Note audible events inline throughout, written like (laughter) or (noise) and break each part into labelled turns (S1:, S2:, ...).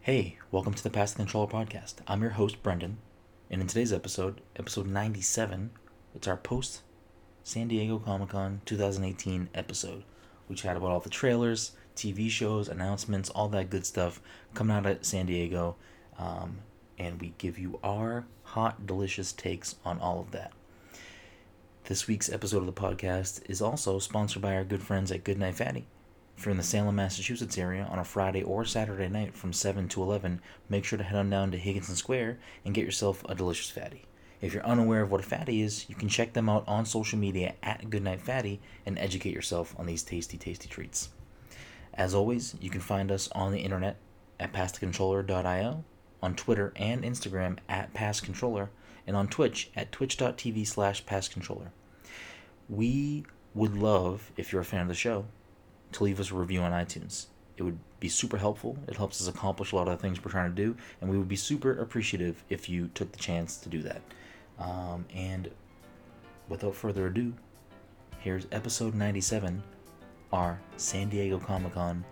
S1: Hey, welcome to the Pass the Controller podcast. I'm your host, Brendan, and in today's episode, episode 97, it's our post San Diego Comic Con 2018 episode. We chat about all the trailers, TV shows, announcements, all that good stuff coming out of San Diego, um, and we give you our hot, delicious takes on all of that. This week's episode of the podcast is also sponsored by our good friends at Goodnight Fatty. If you're in the Salem, Massachusetts area on a Friday or Saturday night from 7 to 11, make sure to head on down to Higginson Square and get yourself a delicious fatty. If you're unaware of what a fatty is, you can check them out on social media at Goodnight Fatty and educate yourself on these tasty, tasty treats. As always, you can find us on the internet at passthecontroller.io, on Twitter and Instagram at passcontroller, and on Twitch at twitch.tv slash passcontroller. We would love, if you're a fan of the show, to leave us a review on iTunes. It would be super helpful. It helps us accomplish a lot of the things we're trying to do, and we would be super appreciative if you took the chance to do that. Um, and without further ado, here's episode 97, our San Diego Comic Con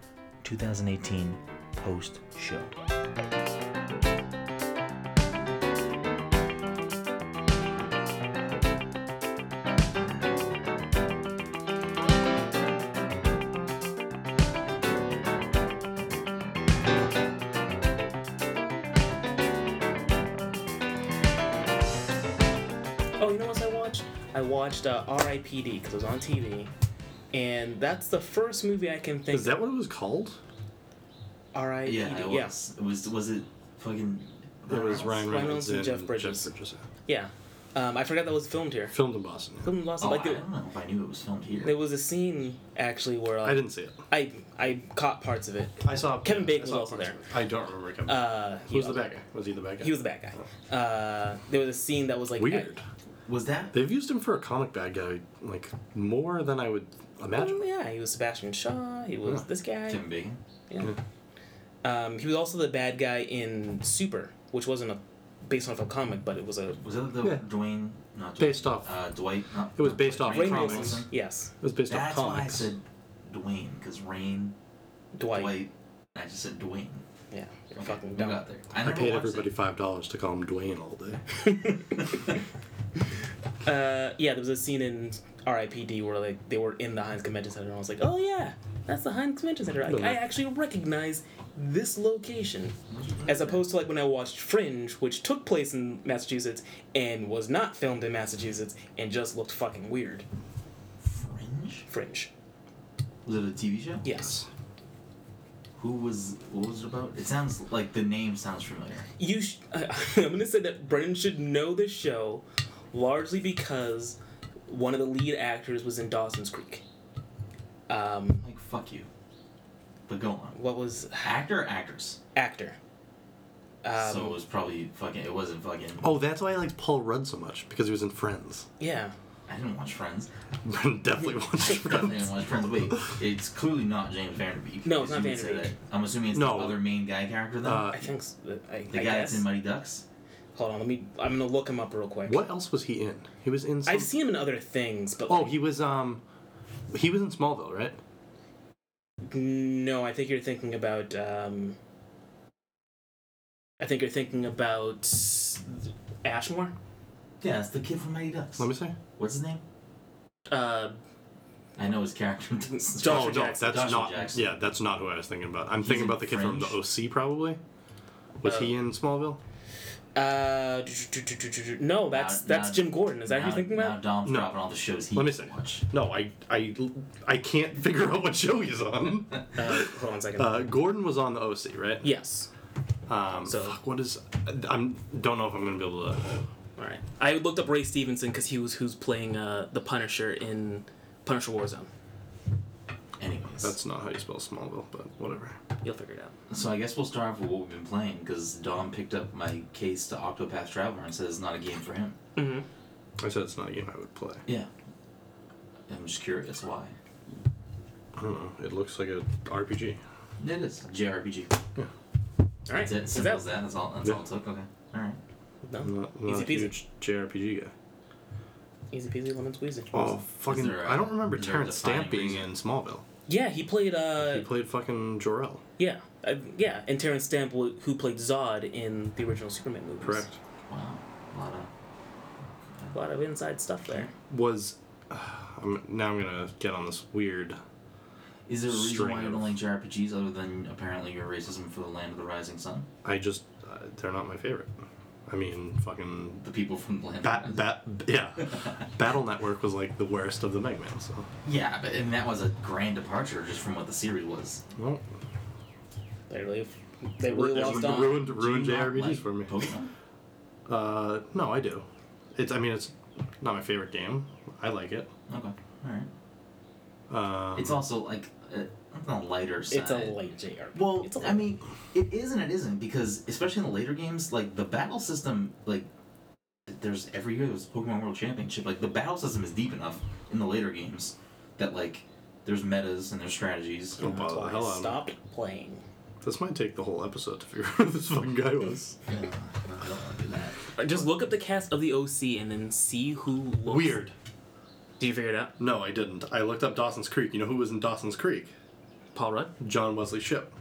S1: 2018 post show.
S2: Oh, you know what else I watched? I watched uh, R.I.P.D. because it was on TV, and that's the first movie I can think.
S3: Is that what it was called?
S2: R.I.P.D.
S1: Yeah, it
S2: yes,
S1: was. It was, was it fucking.
S3: It was Ryan
S2: Reynolds
S3: Reynolds
S2: and
S3: and,
S2: Jeff Bridges. yeah. Um, I forgot that was filmed here.
S3: Filmed in Boston.
S2: Filmed in Los
S1: Oh,
S2: like
S1: I
S2: there,
S1: don't know if I knew it was filmed here.
S2: there was a scene actually where uh,
S3: I didn't see it.
S2: I I caught parts of it.
S3: I saw
S2: Kevin Bacon
S3: I saw
S2: was also
S3: parts of
S2: there.
S3: it. I don't remember Kevin. Bacon.
S2: Uh,
S3: Who was the bad guy? Was he the bad guy?
S2: He was the bad guy. Uh, there was a scene that was like
S3: Weird.
S1: Was that?
S3: They've used him for a comic bad guy like more than I would
S2: Well,
S3: imagine.
S2: uh, mm, yeah, he was Sebastian Shaw. He was
S3: Yeah.
S2: this guy.
S1: Tim Bacon?
S2: Yeah. Um, he was also the bad guy in Super, which wasn't a based off a comic, but it was a
S1: Was that the
S3: Yeah.
S1: Dwayne? Not Dwayne,
S3: Based off-
S1: Uh, Dwight. Not,
S3: It was
S1: not
S3: based
S1: Dwight,
S3: off
S1: Rainn
S2: Rain
S3: comics.
S2: Wilson.
S1: Wilson.
S2: Yes,
S3: It was based
S1: That's
S3: off
S1: why I
S3: comics.
S1: said Dwayne, because Rain,
S2: Dwight.
S1: Dwight. I just said Dwayne.
S2: Yeah, they're
S1: Okay,
S2: fucking
S1: we
S2: dumb. (laughs)
S1: got there. I,
S3: I
S1: never
S3: paid
S1: watched
S3: everybody
S1: It.
S3: five dollars to call him Dwayne all day.
S1: (laughs)
S2: Uh, yeah, there was a scene in R.I.P.D. where like they were in the Heinz Convention Center, and I was like, oh yeah, that's the Heinz Convention Center. Like, I actually recognize this location, as opposed to like when I watched Fringe, which took place in Massachusetts and was not filmed in Massachusetts and just looked fucking weird.
S1: Fringe.
S2: Fringe.
S1: Was it a TV show?
S2: Yes.
S1: Who was? What was it about? It sounds like the name sounds familiar.
S2: you sh- (laughs) I'm gonna say that Brennan should know this show, largely because one of the lead actors was in Dawson's Creek. Um,
S1: Like fuck you. But go on.
S2: what was
S1: Actor, or actress.
S2: actor? Um,
S1: so it was probably fucking. It wasn't fucking.
S3: Oh, that's why I liked Paul Rudd so much because he was in Friends. (laughs)
S2: yeah,
S1: I didn't watch Friends.
S3: Definitely watched
S1: Definitely
S3: Friends.
S1: didn't watch Friends. Wait, it's clearly not James Vanderbeek.
S2: No, it's not
S1: You would say
S2: Vanderbeek.
S1: that. I'm assuming it's
S3: No.
S1: the other main guy character though.
S3: Uh,
S2: I think s- I, I
S1: the guy
S2: guess.
S1: that's in Mighty Ducks.
S2: Hold on, let me. I'm gonna look him up real quick.
S3: What else was he in? He was in. Some...
S2: I've seen him in other things, but
S3: Oh,
S2: like,
S3: he was um, he was in Smallville, right?
S2: no, I think you're thinking about. Um, I think you're thinking about Ashmore.
S1: Yeah, it's the kid from Mighty Ducks.
S3: Let me say.
S1: What's his name?
S2: Uh,
S1: I know his character. (laughs) in Dawson's
S2: Josh-
S3: oh
S2: Joshua
S3: no,
S2: Jackson.
S3: that's
S1: Joshua
S3: not.
S1: Jackson.
S3: Yeah, that's not who I was thinking about. I'm
S1: He's
S3: thinking
S1: in
S3: about the kid from
S1: Fringe.
S3: the OC, probably. Was he in Smallville?
S2: Uh,
S1: Now-
S2: no, that's that's
S1: now-
S2: Jim Gordon. Is that who you're
S1: now-
S2: thinking
S1: Now
S2: about?
S1: Dom's
S3: No.
S1: dropping all the shows he
S3: Let me
S1: used to
S3: see.
S1: watch.
S3: No, I, I, I can't (laughs) figure out what show he's on.
S2: Uh, hold on one second.
S3: Uh, Gordon was on the OC, right?
S2: yes.
S3: Um,
S2: So-
S3: fuck, what is? I'm don't know if I'm gonna be able to.
S2: All right. I looked up Ray Stevenson because he was who's playing uh, the Punisher in Punisher Warzone.
S1: Anyways,
S3: That's not how you spell Smallville, but whatever.
S2: You'll figure it out.
S1: so I guess we'll start off with what we've been playing because Dom picked up my case to Octopath Traveler and says it's not a game for him.
S3: I said it's not a game I would play.
S1: Yeah, I'm just curious why.
S3: I don't know. It looks like a RPG.
S1: It is JRPG.
S2: All right.
S1: That's it.
S2: Is
S1: Simple
S2: that-
S1: as that. That's all. That's all it took. Okay. All right.
S2: No.
S3: I'm not, I'm not
S2: Easy
S3: a
S2: peasy.
S3: huge JRPG guy.
S2: Easy peasy lemon squeezy.
S3: Oh fucking!
S1: there a-
S3: I I don't remember
S1: is there a
S3: Terrence Stamp
S1: defining
S3: being in Smallville.
S2: Yeah, he played. uh
S3: He played fucking Jor-El.
S2: Yeah, uh, yeah, and Terrence Stamp, wh- who played Zod in the original Superman movies.
S3: Correct.
S1: Wow. A lot of.
S2: A lot of inside stuff there.
S3: Was (sighs) I'm, now I'm gonna get on this weird.
S1: Is there a reason why
S3: String
S1: you
S3: of-
S1: don't like JRPGs other than apparently your racism for the Land of the Rising Sun?
S3: I just uh, they're not my favorite. I mean, fucking
S1: The people from the Land of the
S3: bat,
S1: Rising
S3: bat, yeah. Battle Network was like the worst of the Mega Man. So
S1: (laughs) Yeah, but and that was a grand departure just from what the series was.
S3: well,
S2: They really, they really
S3: it
S2: lost
S3: ruined,
S2: on.
S3: ruined ruined
S1: Do you not
S3: JRPGs
S1: like
S3: for me.
S1: Pokemon?
S3: Uh, no, I do. It's I mean it's not my favorite game. I like it.
S1: okay, all right.
S3: Um,
S1: It's also like uh, it's on the lighter side.
S2: It's a light JRPG.
S1: Well,
S2: it's a
S1: I mean, it is and it isn't because especially in the later games, like the battle system, like there's every year there's Pokemon World Championship. Like the battle system is deep enough in the later games that like there's metas and there's strategies.
S3: don't bother the hell out of me.
S2: stop playing.
S3: This might take the whole episode to figure (laughs) out who this fucking guy was.
S1: Yeah, I don't wanna do that.
S2: Just look up the cast of the OC and then see who looks.
S3: Weird.
S2: Do you figure it out?
S3: No, I didn't. I looked up Dawson's Creek. You know who was in Dawson's Creek?
S2: Paul Rudd.
S3: John Wesley Ship.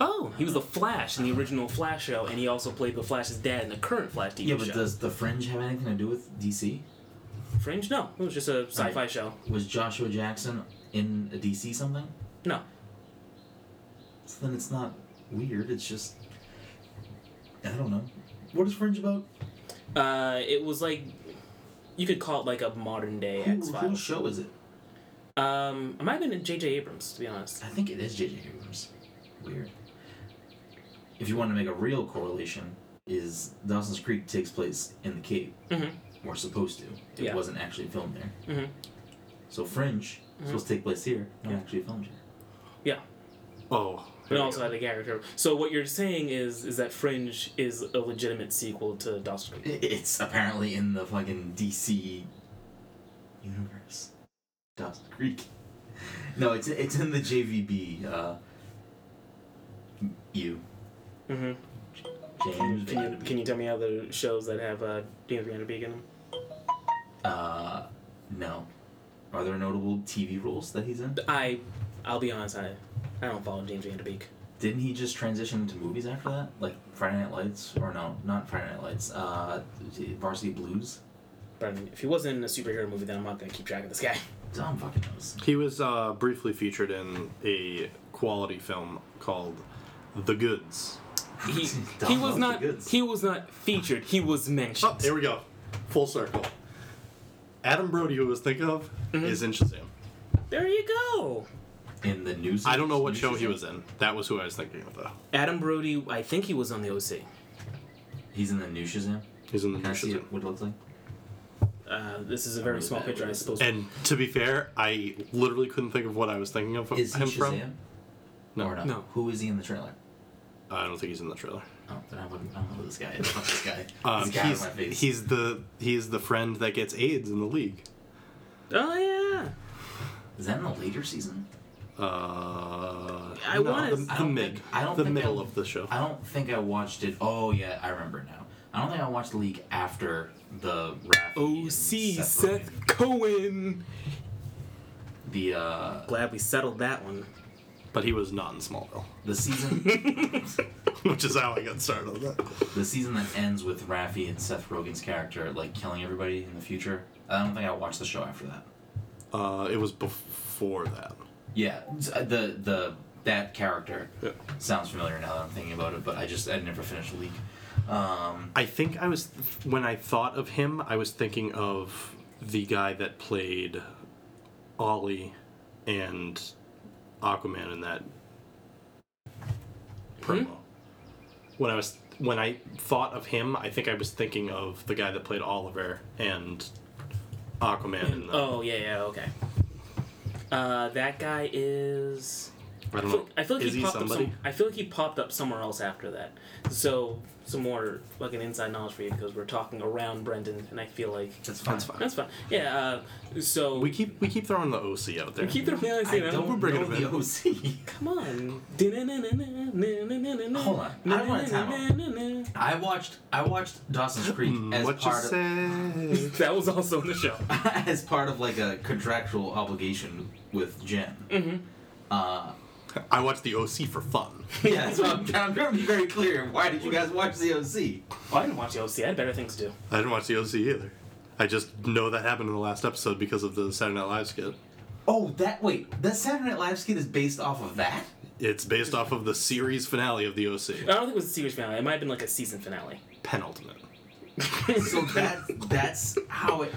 S2: Oh, he was the Flash in the original Flash show, and he also played the Flash's dad in the current Flash TV
S1: Yeah,
S2: show.
S1: but does the Fringe have anything to do with DC?
S2: Fringe? No, it was just a sci-fi
S1: Right.
S2: show.
S1: Was Joshua Jackson in a DC something?
S2: No,
S1: So then it's not weird. It's just I don't know. What is Fringe about?
S2: uh, it was like you could call it like a modern day
S1: Who,
S2: X
S1: whose
S2: Files.
S1: show is it?
S2: Um, it might have been in J.J. Abrams to be honest.
S1: I think it is J.J. Abrams. Weird. If you want to make a real correlation, is Dawson's Creek takes place in the Cape,
S2: Mhm.
S1: or supposed to. It
S2: Yeah.
S1: wasn't actually filmed there.
S2: Mhm.
S1: So Fringe
S2: Mm-hmm.
S1: is supposed to take place here, not actually filmed here.
S2: Yeah,
S3: Oh.
S2: it
S3: there we
S2: also
S3: go.
S2: had a character. So what you're saying is is that Fringe is a legitimate sequel to Dawson's Creek.
S1: I- It's apparently in the fucking DC universe. Dawson's Creek. (laughs) No, it's it's in the JVB. Uh, you,
S2: Mm-hmm.
S1: James.
S2: Can you
S1: Vanderbeek.
S2: can you tell me other shows that have uh, James Van Der Beek in them?
S1: Uh, no. Are there notable TV roles that he's in?
S2: I, I'll be honest, I, I don't follow James Van Der Beek.
S1: Didn't he just transition into movies after that? Like Friday Night Lights? Or no, not Friday Night Lights. Uh, Varsity Blues?
S2: But I mean, if he wasn't in a superhero movie, then I'm not gonna keep track
S1: (laughs)
S2: of this guy.
S1: Dumb fucking knows.
S3: He was uh, briefly featured in a quality film called The Goods.
S1: (laughs)
S2: He, he
S1: Donald
S2: was
S1: the
S2: not
S1: goods.
S2: he was not featured. He was mentioned.
S3: Oh, here we go. Full circle. Adam Brody, who I was thinking of,
S1: Mm-hmm.
S3: is in Shazam.
S2: There you go.
S1: In the news.
S3: I don't know what
S1: news
S3: show he was in. That was who I was thinking of, though.
S2: Adam Brody, I think he was on the OC.
S1: He's in the new Shazam.
S3: He's in the
S1: Can
S3: new
S1: I see
S3: Shazam.
S1: it- what it looks like?
S2: Uh, this is a very small picture, I suppose.
S3: And to be fair, I literally couldn't think of what I was thinking of
S1: Is he
S3: him
S1: Shazam?
S3: from. No.
S1: Or not?
S2: No.
S1: Who is he in the trailer?
S3: I don't think he's in the trailer.
S1: Oh, then I wouldn't I don't know who this guy is. Fuck this
S3: (laughs)
S1: guy.
S3: Um,
S1: this guy
S3: he's,
S1: in my face.
S3: he's the he's the friend that gets AIDS in the league.
S2: oh yeah.
S1: Is that in the later season?
S3: Uh,
S2: I
S3: no,
S2: wanna-
S3: the,
S1: I
S3: the
S1: don't
S3: mid,
S1: think- I don't
S3: the
S1: think I-
S3: middle of the show.
S1: I don't think I watched it. Oh yeah, I remember now. I don't think I watched the league after the Raffi
S2: OC
S1: and
S2: Oh, Seth
S1: Rogen-
S2: Cohen.
S1: the uh
S2: Glad we settled
S1: (laughs)
S2: that one.
S3: But he was not in Smallville,
S1: the season
S3: (laughs) which is how I got started on that.
S1: the season that ends with Raffi and Seth Rogen's character like killing everybody in the future. I don't think I watched the show after that.
S3: Uh, it was before that.
S1: Yeah, s- uh, the the that character
S3: Yeah.
S1: sounds familiar now that I'm thinking about it, but I just I never finished the league. Um,
S3: I think I was when I thought of him, I was thinking of the guy that played Ollie and Aquaman in that
S2: Hmm?
S3: promo. When I was when I thought of him, I think I was thinking of the guy that played Oliver and Aquaman in the
S2: Oh yeah, yeah, okay. Uh, that guy is.
S3: I don't
S2: I feel,
S3: know.
S2: I feel like
S3: is
S2: he
S3: he
S2: popped up.
S3: somebody?
S2: Some, I feel like he popped up somewhere else after that. So some more fucking inside knowledge for you because we're talking around Brendan, and I feel like
S1: that's fine.
S3: That's fine.
S2: that's fine. Yeah. Uh, so
S3: We keep we keep throwing the OC out there.
S2: we keep the reality.
S1: I
S2: now.
S1: don't
S3: bringing
S1: know
S3: him in.
S1: the OC. (laughs)
S2: Come on.
S1: Hold
S2: Hold
S1: on. I want a I watched I watched Dawson's Creek as
S3: Mm, what you
S1: part (laughs) of,
S3: say?
S2: (laughs) That was also in the show. Mm-hmm.
S1: as part of like a contractual obligation with Jen.
S3: (laughs)
S1: Uh,
S3: I watched the OC for fun.
S1: yeah, so I'm, I'm trying to be very clear. Why did you guys watch the OC?
S2: Well, Oh, I didn't watch the OC. I had better things to do.
S3: I didn't watch the OC either. I just know that happened in the last episode because of the Saturday Night Live skit.
S1: Oh, that wait, the Saturday Night Live skit is based off of that.
S3: It's based off of the series finale of the
S2: I
S3: OC.
S2: don't think it was a series finale. It might have been like a season (laughs) finale.
S3: Penultimate.
S1: So that that's how it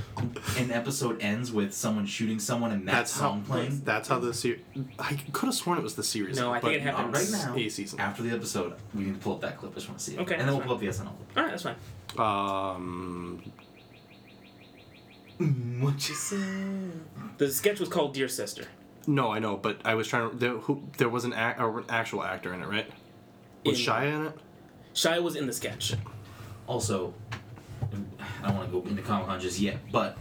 S1: an episode ends with someone shooting someone and that
S3: That's how.
S1: song playing.
S3: That's how the series. I could have sworn it was the series.
S2: No, I think
S3: but
S2: it happened
S3: not
S1: right now.
S3: A season.
S1: After the episode, we need to pull up that clip. I just want to see it.
S2: Okay,
S1: And then we'll
S2: that's
S1: pull up the SNL.
S2: All right, that's fine.
S3: Um,
S1: Mm, What you say?
S2: The sketch was called Dear Sister.
S3: no, I know, but I was trying to. There, who, there was an, ac- or an actual actor in it, right? Was
S2: In-
S3: Shia in it?
S2: Shia was in the sketch.
S1: Also, I don't want to go into Comic Con just yet, but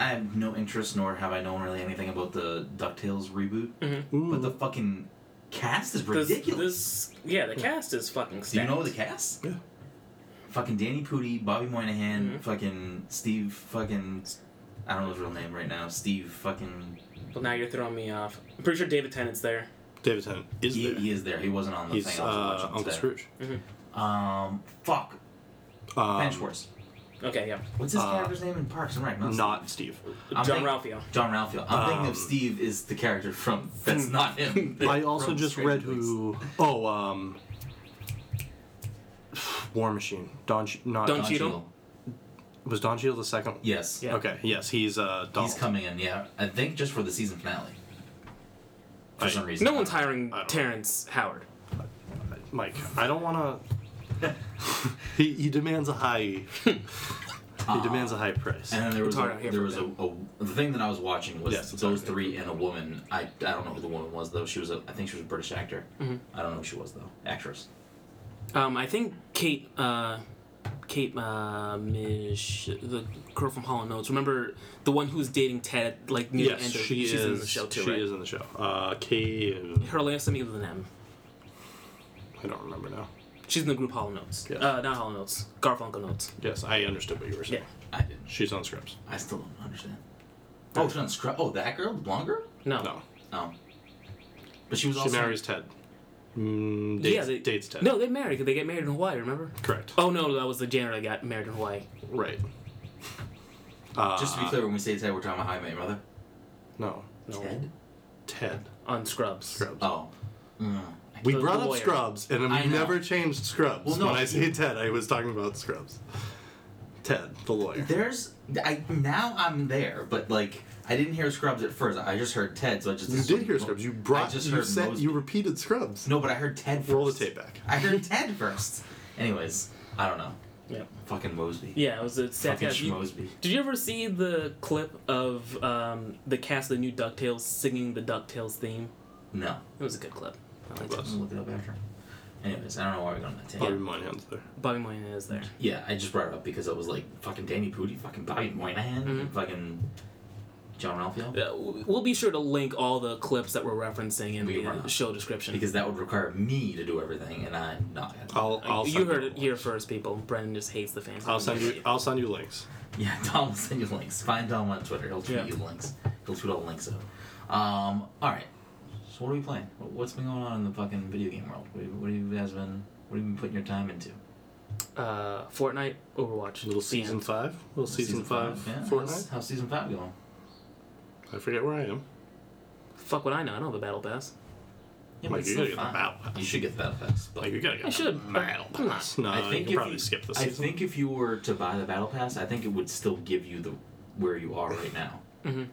S1: I have no interest nor have I known really anything about the Ducktales reboot.
S2: Mm-hmm.
S1: But the fucking cast is
S2: This,
S1: ridiculous.
S2: this, yeah, the cast is
S1: Do
S2: fucking
S1: you
S2: stacked.
S1: know the cast?
S3: Yeah.
S1: Fucking Danny Pudi, Bobby Moynihan, fucking Steve, fucking I don't know his real name right now. Steve, fucking
S2: Well, now you're throwing me off. I'm pretty sure David Tennant's there.
S3: David Tennant is
S1: he,
S3: there.
S1: he is there. He wasn't on the
S3: He's
S1: thing. I was
S3: uh,
S1: watching
S3: Uncle
S1: today.
S3: Scrooge.
S1: Um, fuck,
S3: Um,
S1: Benchworth.
S2: Okay, yeah.
S1: What's his
S3: uh,
S1: character's name in Parks and Rec? Not,
S3: not Steve.
S1: I'm
S2: John
S1: thinking-
S2: Ralphio.
S1: John Ralphio. I'm thinking
S3: Um,
S1: of Steve is the character from. That's not him.
S3: I also
S1: From
S3: just
S1: Stranger
S3: read
S1: Things.
S3: who. Oh, um, War Machine. Don. Sh- Not
S2: Don
S1: Don
S2: Cheadle?
S1: Cheadle.
S3: was Don Cheadle the second.
S1: Yes.
S2: Yeah.
S3: Okay. Yes, he's uh. Donald.
S1: He's coming in. Yeah, I think just for the season finale. For
S3: I-
S1: some reason.
S2: No one's hiring
S3: I don't-
S2: Terrence Howard.
S3: Mike, I don't want
S1: (laughs)
S3: to. (laughs) he, he demands a high. he
S2: (laughs)
S3: demands a high price.
S1: And then there was
S2: hard
S1: a,
S2: out here
S1: there
S2: for
S1: was a, a- the thing that I was watching was
S3: Yes, it's
S1: those
S3: hard.
S1: three and a woman. I, I don't know who the woman was though. She was a I think she was a British actor.
S3: Mm-hmm.
S1: I don't know who she was though. Actress.
S2: Um, I think Kate, uh, Kate, uh, Mish, the girl from Holland Notes. Remember the one who's dating Ted, at, like near
S3: yes,
S2: the end of,
S3: she
S2: she's
S3: is.
S2: in the show too,
S3: she
S2: right?
S3: is in the show. Uh, Kay.
S2: Her last name is with an M.
S3: I don't remember now.
S2: She's in the group Hollow Notes.
S3: Yes.
S2: Uh, not Hollow Notes. Garfunkel Notes.
S3: Yes, I understood what you were saying.
S2: Yeah.
S1: I didn't.
S3: She's on scripts.
S1: I still don't understand. Oh, she's on Scrub. Oh, that girl, the blonde girl.
S2: No.
S3: No,
S1: Oh. But she was
S3: she
S1: also
S3: marries Ted. Mm, dates,
S2: yeah, they,
S3: dates Ted.
S2: No, they married. 'cause They get married in Hawaii. Remember?
S3: correct.
S2: Oh no, that was the janitor that got married in Hawaii.
S3: Right. Uh,
S1: Just to be clear, when we say Ted, we're talking about How I Met Your Mother.
S3: No. No.
S1: Ted?
S3: Ted.
S2: On Scrubs.
S3: Scrubs.
S1: Oh. Mm.
S3: we
S2: the
S3: brought up
S2: lawyer.
S3: Scrubs, and then we
S1: I know.
S3: never changed Scrubs.
S1: Well, no,
S3: when I
S1: he-
S3: say Ted, I was talking about Scrubs. Ted, the lawyer.
S1: There's I now I'm there, but like I didn't hear Scrubs at first. I just heard Ted, so I just
S3: You did
S1: assumed-
S3: hear Scrubs. You
S1: I
S3: brought.
S1: just
S3: you
S1: heard
S3: said.
S1: Mosby.
S3: You repeated Scrubs.
S1: No, but I heard Ted. First.
S3: Roll the tape back.
S1: I heard Ted first. Anyways, I don't know.
S2: Yeah.
S1: Fucking Mosby.
S2: Yeah, it was a sad
S1: Fucking
S2: cast. You-
S1: Schmosby.
S2: Did you ever see the clip of um, the cast of the new DuckTales singing the DuckTales theme?
S1: No.
S2: It was a good clip. I liked it.
S1: Let's look it up after. Anyways, I don't know why we got on that
S3: Bobby
S1: tangent.
S3: Moynihan's there.
S2: Bobby Moynihan is
S3: Mm.
S2: there.
S1: Yeah, I just brought it up because it was like fucking Danny Pudi, fucking Bobby Moynihan,
S2: Mm-hmm.
S1: fucking John Ralphio.
S2: Yeah, Uh, w- we'll be sure to link all the clips that we're referencing in
S1: We
S2: the
S1: are.
S2: uh, show description.
S1: Because that would require me to do everything, and I'm not.
S3: I'll. I'll
S2: Uh, you
S3: send
S2: heard it here first, people. Brendan just hates the fans.
S3: I'll send you. I'll send you links.
S1: Yeah, (laughs) Tom will send you links. Find Tom on Twitter. He'll tweet
S2: Yeah.
S1: you links. He'll tweet all the links out. Um, all right. So what are we playing? What- What's been going on in the fucking video game world? What, what have you guys been? What have you been putting your time into?
S2: Uh, Fortnite, Overwatch,
S3: Little
S2: The
S3: season
S2: end.
S3: five. Little season, five.
S1: Yeah. How's,
S3: Fortnite.
S1: how's season five going?
S3: I forget where I am.
S2: Fuck what I know. I don't have a battle pass.
S1: Yeah,
S3: Mike,
S1: it's
S3: you
S1: still
S3: gotta get the
S1: fine.
S3: battle pass.
S1: You should get the battle pass. But
S3: Like you gotta get.
S2: I should, but
S3: the Battle
S2: I'm not.
S3: pass. No,
S1: I
S3: you
S1: think
S3: can
S1: if
S3: probably
S1: you,
S3: skip this
S1: I
S3: season.
S1: think if you were to buy the battle pass, I think it would still give you the where you are right now
S3: Mm-hmm.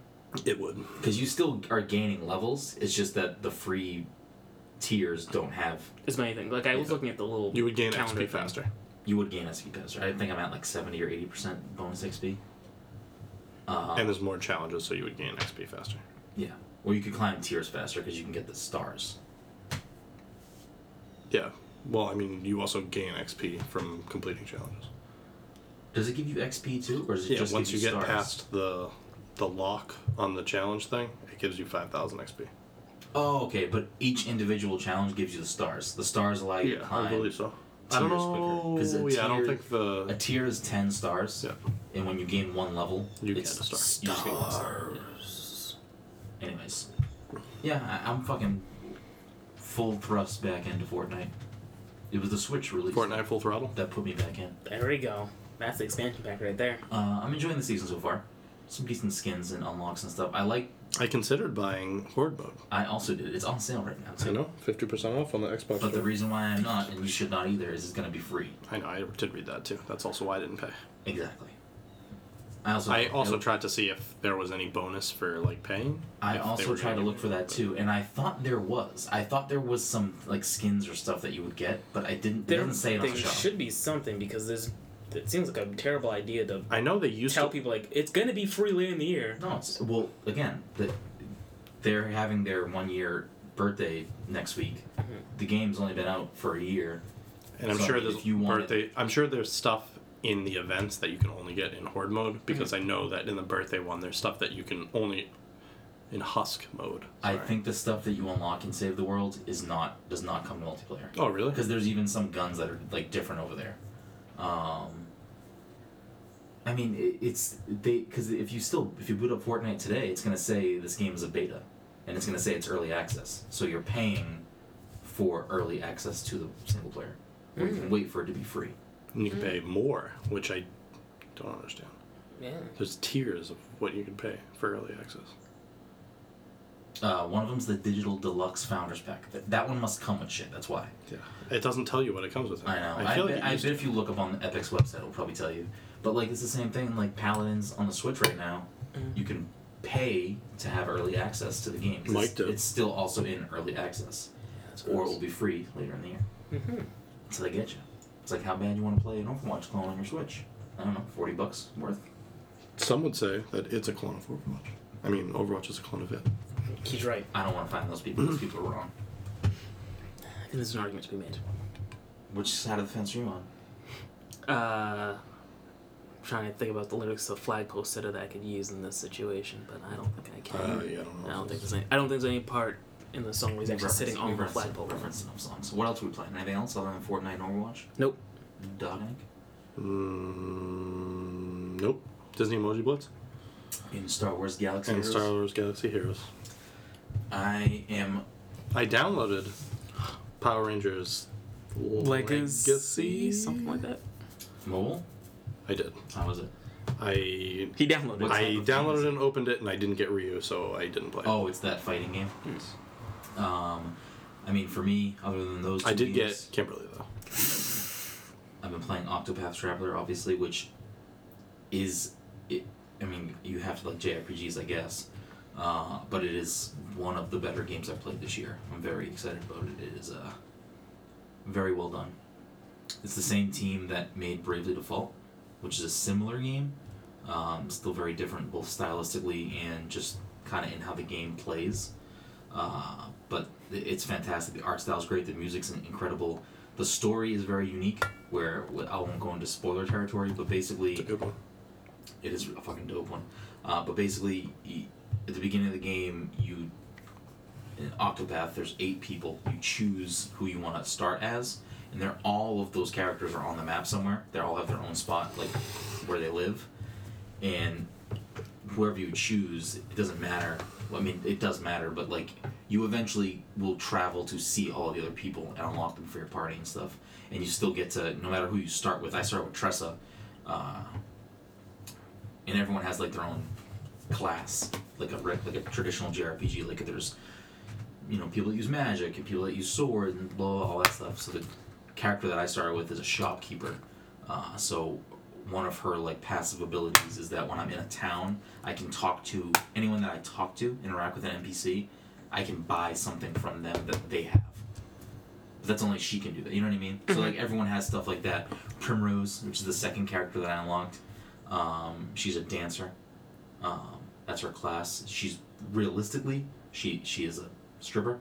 S3: it would.
S1: because you still are gaining levels. It's just that the free tiers don't have.
S2: Is my thing. Like I was looking at the little.
S3: You would gain
S2: calendar
S3: XP
S2: thing.
S3: faster.
S1: You would gain SP pass. Right? I think I'm at like seventy or eighty percent bonus XP. Uh,
S3: And there's more challenges, so you would gain XP faster.
S1: yeah. Or you could climb tiers faster because you can get the stars.
S3: Yeah. Well, I mean, you also gain XP from completing challenges.
S1: Does it give you XP too, or does it
S3: Yeah.
S1: just
S3: once you
S1: give
S3: get
S1: stars?
S3: past the the lock on the challenge thing, it gives you five thousand XP.
S1: Oh, okay. But each individual challenge gives you the stars. The stars allow you to climb.
S3: I believe so. I don't
S1: Tiers quicker.
S3: know.
S1: 'Cause a
S3: Oh, yeah, I don't
S1: tier-
S3: think the
S1: A tier is ten stars,
S3: Yeah.
S1: and when you gain one level,
S3: You
S1: it's
S3: get a star.
S1: Stars.
S3: You just gain a star.
S1: Anyways, Yeah, I, I'm fucking full thrust back into Fortnite. It was the Switch release
S3: Fortnite Full Throttle.
S1: that put me back in.
S2: There we go. That's the expansion pack right there.
S1: Uh, I'm enjoying the season so far. Some decent skins and unlocks and stuff. I like.
S3: I considered buying Horde Mode.
S1: I also did. It's on sale right now
S3: I
S1: too.
S3: know, fifty percent off on the Xbox.
S1: But the
S3: store.
S1: reason why I'm not, and you should not either, is it's going to be free.
S3: I know, I did read that too. That's also why I didn't pay.
S1: Exactly. I also
S3: I also
S1: I,
S3: tried to see if there was any bonus for like paying.
S1: I
S3: if they
S1: also
S3: were
S1: tried to
S3: gonna
S1: look
S3: give
S1: for
S3: me
S1: that too, and I thought there was. I thought there was some like skins or stuff that you would get, but I didn't. It
S2: There,
S1: doesn't say it on
S2: there
S1: the shop.
S2: should be something because this. It seems like a terrible idea to
S3: I know they used
S2: tell
S3: to.
S2: people like it's gonna be free later in the year.
S1: No, it's, well, again, the, they're having their one year birthday next week.
S2: Mm-hmm.
S1: The game's only been out for a year.
S3: and I'm
S1: so,
S3: sure
S1: if
S3: there's
S1: you want it-
S3: birthday. I'm sure there's stuff in the events that you can only get in horde mode because I know that in the birthday one there's stuff that you can only in husk mode.
S1: I
S3: Sorry.
S1: think the stuff that you unlock in Save the World is not does not come to multiplayer.
S3: Oh really?
S1: because there's even some guns that are like different over there. Um, I mean, it, it's they because if you still if you boot up Fortnite today, it's gonna say this game is a beta, and it's gonna say it's early access. So you're paying for early access to the single player, where
S2: Mm.
S1: you can wait for it to be free.
S3: And you can pay more, which I don't understand.
S2: Yeah.
S3: There's tiers of what you can pay for early access.
S1: Uh, one of them's the digital deluxe founders pack. That, that one must come with shit. That's why.
S3: Yeah. It doesn't tell you what it comes with.
S1: I know. I,
S3: feel
S1: bet,
S3: like it
S1: I
S3: used
S1: bet if you look up on the Epic's website, it'll probably tell you. But like, it's the same thing. Like Paladins on the Switch right now,
S2: Mm-hmm.
S1: you can pay to have early access to the game. 'cause
S3: Might
S1: it's,
S3: do.
S1: it's still also in early access,
S2: That's
S1: or it
S2: gross. Mm-hmm.
S1: will be free later in the year. So they get you. It's like how bad you want to play an Overwatch clone on your Switch. I don't know, forty bucks worth.
S3: Some would say that it's a clone of Overwatch. I mean, Overwatch is a clone of it.
S2: He's right.
S1: I don't want to find those people. Those people are wrong.
S2: I think there's an argument to be made.
S1: Which side of the fence are you on?
S2: Uh, I'm trying to think about the lyrics of flag poster that I could use in this situation, but I don't think I can.
S3: Uh, yeah, I don't know.
S2: I don't think there's any. I don't think there's any part in the song where he's actually
S1: Reference-
S2: sitting
S1: we
S2: on the
S1: referenced-
S2: flagpole.
S1: referenced enough songs. What else are we playing? Anything else other than Fortnite and Overwatch?
S2: Nope.
S1: Dog Egg?
S3: Mm, nope. Disney Emoji Blitz
S1: In Star Wars Galaxy
S3: and
S1: Heroes?
S3: Star Wars Galaxy Heroes.
S1: I am.
S3: I downloaded Power Rangers Legacy.
S2: something like that.
S1: Mobile?
S3: I did.
S1: How was it?
S3: I
S2: He downloaded.
S1: What
S3: I
S1: type of games?
S3: downloaded and opened it, and I didn't get Ryu, so I didn't play. it.
S1: Oh, it's that fighting game. Um, I mean, for me, other than those, two
S3: I did
S1: games,
S3: get Kimberly though.
S1: I've been playing Octopath Traveler, obviously, which is, it, I mean, you have to like JRPGs, I guess, uh, but it is one of the better games I've played this year. I'm very excited about it. It is uh, very well done. It's the same team that made Bravely Default, which is a similar game, um, still very different both stylistically and just kind of in how the game plays. Uh, but i- it's fantastic. The art style's great. The music's in- incredible. The story is very unique. Where wh- I won't go into spoiler territory, but basically,
S3: It's a good one.
S1: it is a fucking dope one. Uh, but basically, y at the beginning of the game, you in Octopath. There's eight people. You choose who you want to start as, and they're all of those characters are on the map somewhere. They all have their own spot, like where they live, and whoever you choose, it doesn't matter. Well, I mean, it does matter, but like you eventually will travel to see all the other people and unlock them for your party and stuff. And you still get to no matter who you start with. I start with Tressa, uh, and everyone has like their own class, like a reg- like a traditional JRPG. Like there's you know people that use magic and people that use sword and blah, blah, blah all that stuff. So the character that I started with is a shopkeeper. Uh, so one of her like passive abilities is that when I'm in a town, I can talk to anyone that I talk to, interact with an NPC. I can buy something from them that they have. But that's only she can do that. You know what I mean? So like everyone has stuff like that. Primrose, which is the second character that I unlocked, um, she's a dancer. Um, that's her class. She's realistically she she is a stripper.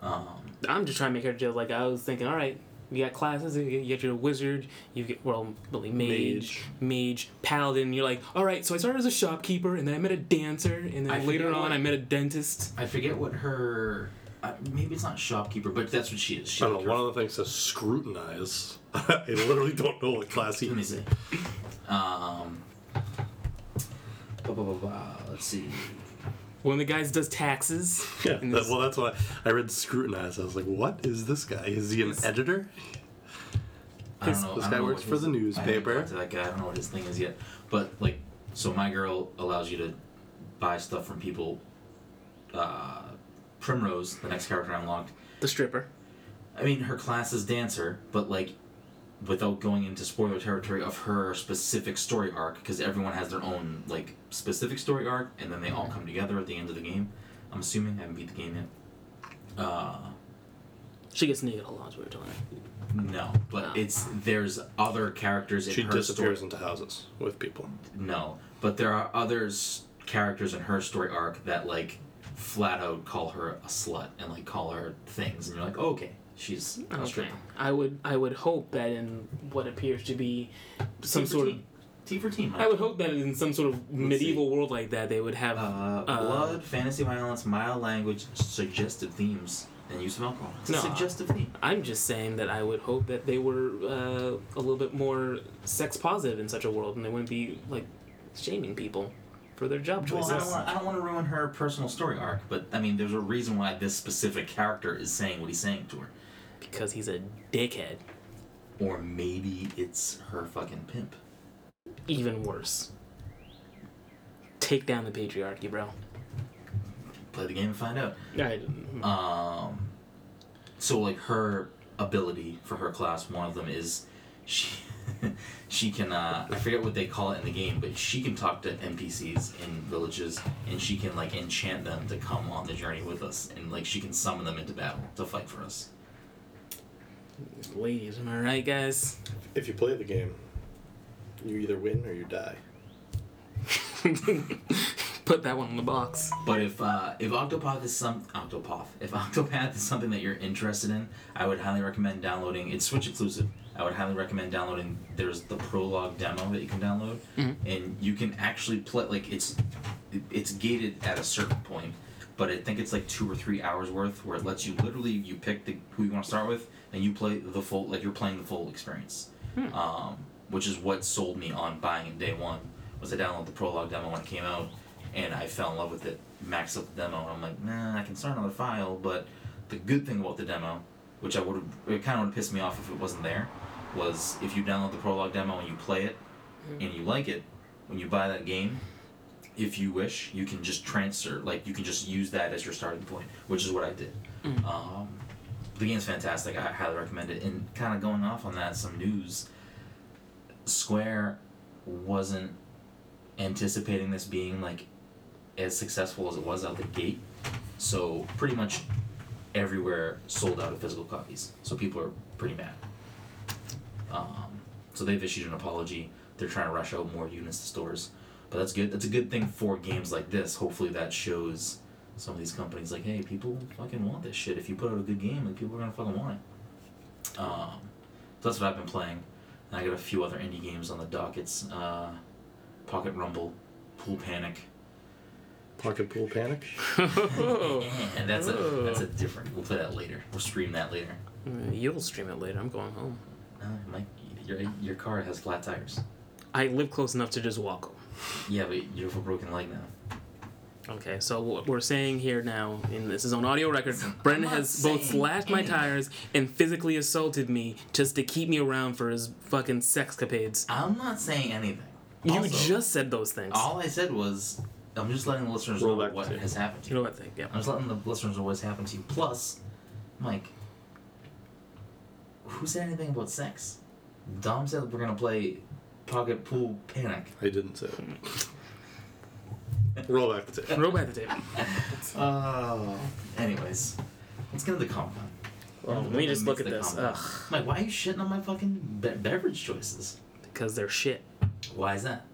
S1: Um,
S2: I'm just trying to make her do like I was thinking. All right, you got classes. You get, you get your wizard. You get well, really mage, mage, paladin. You're like, all right. So I started as a shopkeeper, and then I met a dancer, and then
S1: I
S2: later
S1: forget
S2: on
S1: what-
S2: I met a dentist.
S1: I forget what her. Uh, maybe it's not shopkeeper, but that's what she is. She,
S3: I don't
S1: like,
S3: know.
S1: her-
S3: One of the things says scrutinize. (laughs) I literally don't know what class he
S1: Let me
S3: is.
S1: see. Um, blah, blah, blah, blah. Let's see.
S2: When the guy does taxes.
S3: (laughs) Yeah,
S2: in
S3: that-
S2: this-
S3: well, that's why I read scrutinize. I was like, what is this guy? Is he an
S2: It's-
S3: editor?
S1: I don't
S2: This-
S1: know.
S3: this
S1: I don't
S3: guy
S1: know
S3: works
S1: what
S3: for
S1: his-
S3: the
S1: I haven't
S3: newspaper.
S1: talked To that guy, I don't know what his thing is yet. But like, so my girl allows you to buy stuff from people. Uh, Primrose, the next character I unlocked.
S2: the stripper.
S1: I mean, her class is dancer, but like, without going into spoiler territory of her specific story arc, because everyone has their own like specific story arc, and then they all
S2: Mm-hmm.
S1: come together at the end of the game. I'm assuming I haven't beat the game yet. Uh,
S2: She gets naked a lot. is what We're talking.
S1: no,
S2: No.
S1: but it's there's other characters in
S3: She
S1: her story.
S3: disappears into houses with people.
S1: No, but there are other s- characters in her story arc that like flat out call her a slut and like call her things, and you're like, "Oh, okay, she's a
S2: Oh, Okay.
S1: stripper.
S2: I would I would hope that in what appears to be some
S1: T for
S2: sort of
S1: teen. T for team.
S2: I would hope that in some sort of medieval world like that they would have.
S1: Uh, blood, fantasy violence, mild language, suggestive themes, and use of alcohol. It's
S2: No.
S1: a suggestive theme.
S2: I'm just saying that I would hope that they were uh, a little bit more sex positive in such a world, and they wouldn't be like shaming people for their job
S1: Well,
S2: choices.
S1: I don't, want, I don't want to ruin her personal story arc, but I mean, there's a reason why this specific character is saying what he's saying to her.
S2: because he's a dickhead.
S1: Or maybe it's her fucking pimp.
S2: Even worse. Take down the patriarchy, bro.
S1: Play the game and find out.
S2: I, mm,
S1: Um, so like her ability for her class, one of them is she (laughs) she can uh, I forget what they call it in the game, but she can talk to NPCs in villages and she can like enchant them to come on the journey with us and like she can summon them into battle to fight for us.
S2: ladies, am I right, guys?
S3: If you play the game, you either win or you die.
S2: (laughs) Put that one in the (laughs) box.
S1: But if uh, if Octopath is some Octopath, if (laughs) Octopath is something that you're interested in, I would highly recommend downloading. It's Switch exclusive. I would highly recommend downloading. There's the prologue demo that you can download, and you can actually play. Like it's it's gated at a certain point, but I think it's like two or three hours worth, where it lets you literally you pick the, who you want to start with, and you play the full like you're playing the full experience, um, which is what sold me on buying it day one. Was I downloaded the prologue demo when it came out, and I fell in love with it. Maxed up the demo, and I'm like, nah, I can start another file. But the good thing about the demo, which I would it kind of would piss me off if it wasn't there, was if you download the prologue demo and you play it, and you like it, when you buy that game, if you wish, you can just transfer, like you can just use that as your starting point, which is what I did. Um, the game's fantastic. I highly recommend it. And kind of going off on that, some news. Square wasn't anticipating this being like as successful as it was out the gate, so pretty much everywhere sold out of physical copies. So people are pretty mad. Um, so they've issued an apology. They're trying to rush out more units to stores, but that's good. That's a good thing for games like this. Hopefully, that shows some of these companies like, hey, people fucking want this shit. If you put out a good game, like people are gonna fucking want it. Um, so that's what I've been playing. And I got a few other indie games on the dockets. Uh, Pocket Rumble, Pool Panic.
S3: Pocket pool panic.
S1: And that's a
S2: Oh.
S1: that's a different. We'll play that later. We'll stream that later.
S2: You'll stream it later. I'm going home.
S1: Uh, Mike, your your car has flat tires.
S2: I live close enough to just walk home.
S1: Yeah, but you have a broken leg now.
S2: Okay, so what we're saying here now, and this is on audio record, Brendan
S1: not
S2: has both
S1: saying
S2: slashed my
S1: anything.
S2: tires and physically assaulted me just to keep me around for his fucking sexcapades.
S1: I'm not saying anything.
S2: You
S1: Uh, Also,
S2: just said those things.
S1: all I said was I'm just letting the listeners
S3: Roll
S1: know
S3: back
S1: what
S3: to-
S1: has happened to
S2: You
S1: you.
S2: know what? They, yeah.
S1: I'm just letting the listeners know what's happened to you. Plus, Mike, who said anything about sex? Dom said we're gonna play Pocket Pool Panic.
S3: I didn't say it. (laughs) Roll back the tape.
S2: Roll back
S1: (laughs)
S2: the table.
S1: Oh. Anyways, let's get into the Comic Con.
S2: Well, let me just look at this. Ugh,
S1: Like, why are you shitting on my fucking be- beverage choices?
S2: because they're shit.
S1: Why is that?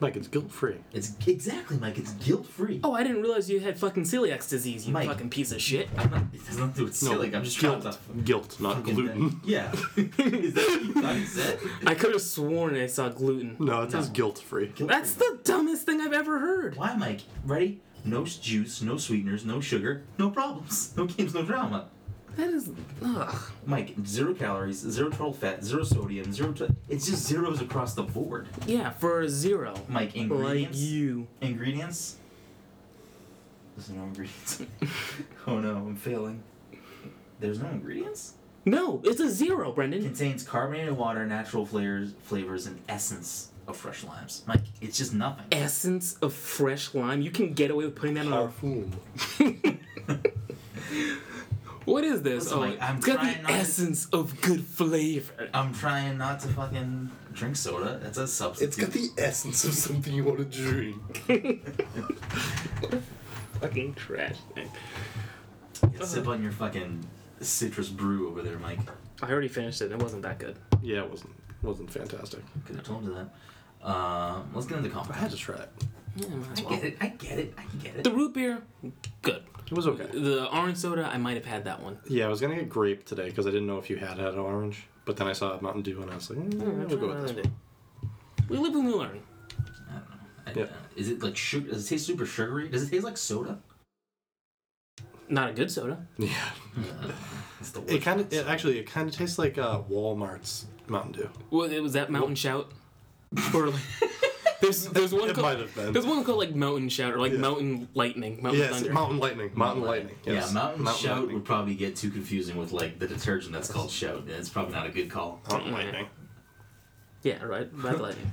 S3: Mike, it's guilt free.
S1: It's exactly, Mike. It's guilt free.
S2: Oh, I didn't realize you had fucking celiac disease, you
S1: Mike.
S2: fucking piece of shit.
S1: I'm not, it has nothing to do with silly. I'm just trying
S3: guilt.
S1: to.
S3: Guilt, not
S1: fucking-
S3: gluten.
S1: Yeah. (laughs) is that what you thought you said?
S2: I could have sworn I saw gluten.
S3: No, it says
S1: No.
S3: guilt free.
S1: Guilt-free.
S2: That's the dumbest thing I've ever heard.
S1: Why, Mike? Ready? No s- juice, no sweeteners, no sugar, no problems, (laughs) no games, no drama.
S2: That is. Ugh.
S1: Mike, zero calories, zero total fat, zero sodium, zero. T- it's just zeros across the board.
S2: Yeah, for a zero.
S1: Mike,
S2: Like (laughs)
S1: ingredients.
S2: you.
S1: Ingredients. There's no ingredients. (laughs) oh no, I'm failing. There's no ingredients?
S2: No, it's a zero, Brendan.
S1: Contains carbonated water, natural flavors, flavors, and essence of fresh limes. Like, it's just nothing.
S2: Essence of fresh lime. You can get away with putting that on our.
S3: Parfum.
S2: (laughs) What is this?
S1: Listen,
S2: oh,
S1: like, I'm
S2: it's got
S1: trying
S2: the
S1: not to-
S2: essence of good flavor. (laughs)
S1: I'm trying not to fucking drink soda. That's a substitute.
S4: It's got the essence of something you want to drink.
S3: (laughs)
S2: Fucking trash.
S1: Yeah, Sip on your fucking citrus brew over there, Mike.
S2: I already finished it. It wasn't that good.
S3: Yeah, it wasn't wasn't fantastic.
S1: Could have told you that. Uh, let's get into
S3: I
S1: comic.
S3: had to try it.
S1: I get it. I get it. I get it.
S2: The root beer, good.
S3: It was okay.
S2: The orange soda, I might have had that one.
S3: Yeah, I was gonna get grape today because I didn't know if you had had orange, but then I saw Mountain Dew and I was like, eh,
S2: Mm,
S3: we'll go with this one.
S2: We live and we learn.
S1: I don't know. I,
S3: Yeah.
S1: uh, is it like sugar? Does it taste super sugary? Does it taste like soda?
S2: Not a good soda.
S3: Yeah,
S1: It's Uh, the worst.
S3: it kind of it, actually it kind of tastes like uh, Walmart's Mountain Dew.
S2: Well, it was that Mountain Shout. Or like, (laughs) there's there's one
S3: It
S2: called,
S3: might have been.
S2: there's one called like Mountain Shout or like
S3: Yeah.
S2: Mountain Lightning, Mountain
S3: Yes,
S2: Thunder.
S3: Mountain Lightning. Mountain Lightning. yes.
S1: Yeah, Mountain, Shout
S3: Lightning.
S1: would probably get too confusing with like the detergent that's called Shout. and It's probably not a good call.
S3: Mountain Lightning.
S2: yeah, right. Red Lightning.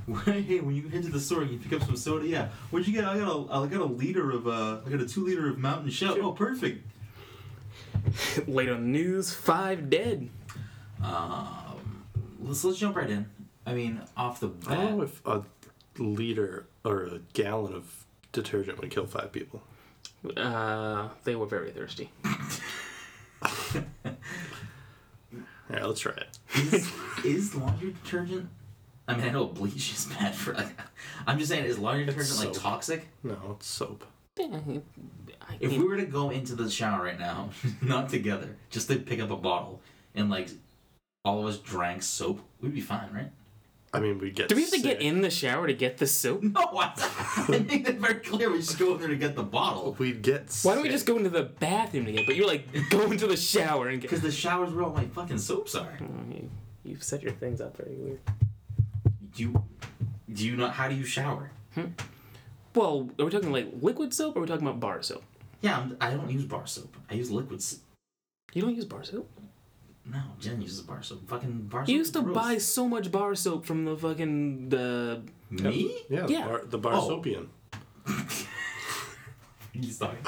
S1: hey, when you head to the store, you pick up some soda. Yeah, what'd you get? I got a, I got a liter of, uh, I got a two liter of Mountain Shout. Oh, perfect.
S2: Late on the news, five dead.
S1: Um, let's let's jump right in. I mean, off the
S3: I
S1: bat,
S3: don't know if a liter or a gallon of detergent would kill five people.
S2: Uh, they were very thirsty.
S3: All right, let's try it.
S1: is, is laundry detergent? I mean, I know bleach is bad for. Like, I'm just saying, is laundry detergent like
S3: soap.
S1: toxic?
S3: No, it's soap.
S2: Yeah, I
S1: If
S2: mean,
S1: we were to go into the shower right now, (laughs) not together, just to pick up a bottle and like all of us drank soap, we'd be fine, right? (laughs)
S3: I mean, we get.
S2: do we have to get
S3: sick.
S2: in the shower to get the soap?
S1: No, I, I think that very clear. We just go in there to get the bottle
S3: We'd get.
S2: Why don't we just go into the bathroom to get? But you're like (laughs) go into the shower and get. Mm,
S1: because the shower's where all my fucking soaps are.
S2: You, you've set your things up very weird.
S1: Do you, do you not? How do you shower?
S2: Well, are we talking like liquid soap or are we talking about bar soap?
S1: Yeah, I'm, I don't use bar soap. I use liquid. s-
S2: You don't use bar soap.
S1: No, Jen uses bar soap. Fucking bar soap.
S2: You used to
S1: gross.
S2: buy so much bar soap from the fucking the.
S1: me.
S3: Yeah,
S2: Yeah.
S3: The, bar, the Barsopian.
S1: (laughs) He's talking.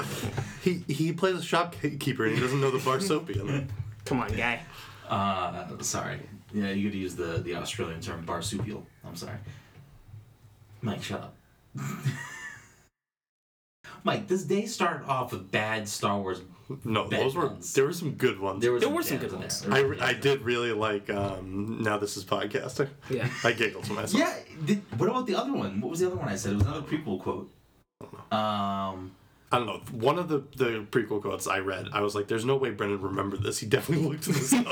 S3: He he plays a shopkeeper and he doesn't know the Barsopian.
S2: Come on, guy.
S1: (laughs) Uh, sorry. Yeah, you could use the the Australian term barsupial. I'm sorry. Mike, shut up. (laughs) Mike, this day started off with bad Star Wars.
S3: (laughs) no,
S1: Bad
S3: those were
S1: ones.
S3: there were some good ones.
S1: There, was
S2: There were some
S1: gems
S2: good
S1: in
S2: ones.
S1: There
S3: I,
S1: were
S3: re-
S1: some
S3: I
S1: gems.
S3: did really like um, now this is podcasting.
S2: Yeah.
S3: I giggled to myself.
S1: Yeah. Did, what about the other one? What was the other one I said? It was another prequel quote. Um.
S3: I don't know. One of the, the prequel quotes I read, I was like, "There's no way Brendan remembered this. He definitely
S2: (laughs)
S3: looked this up."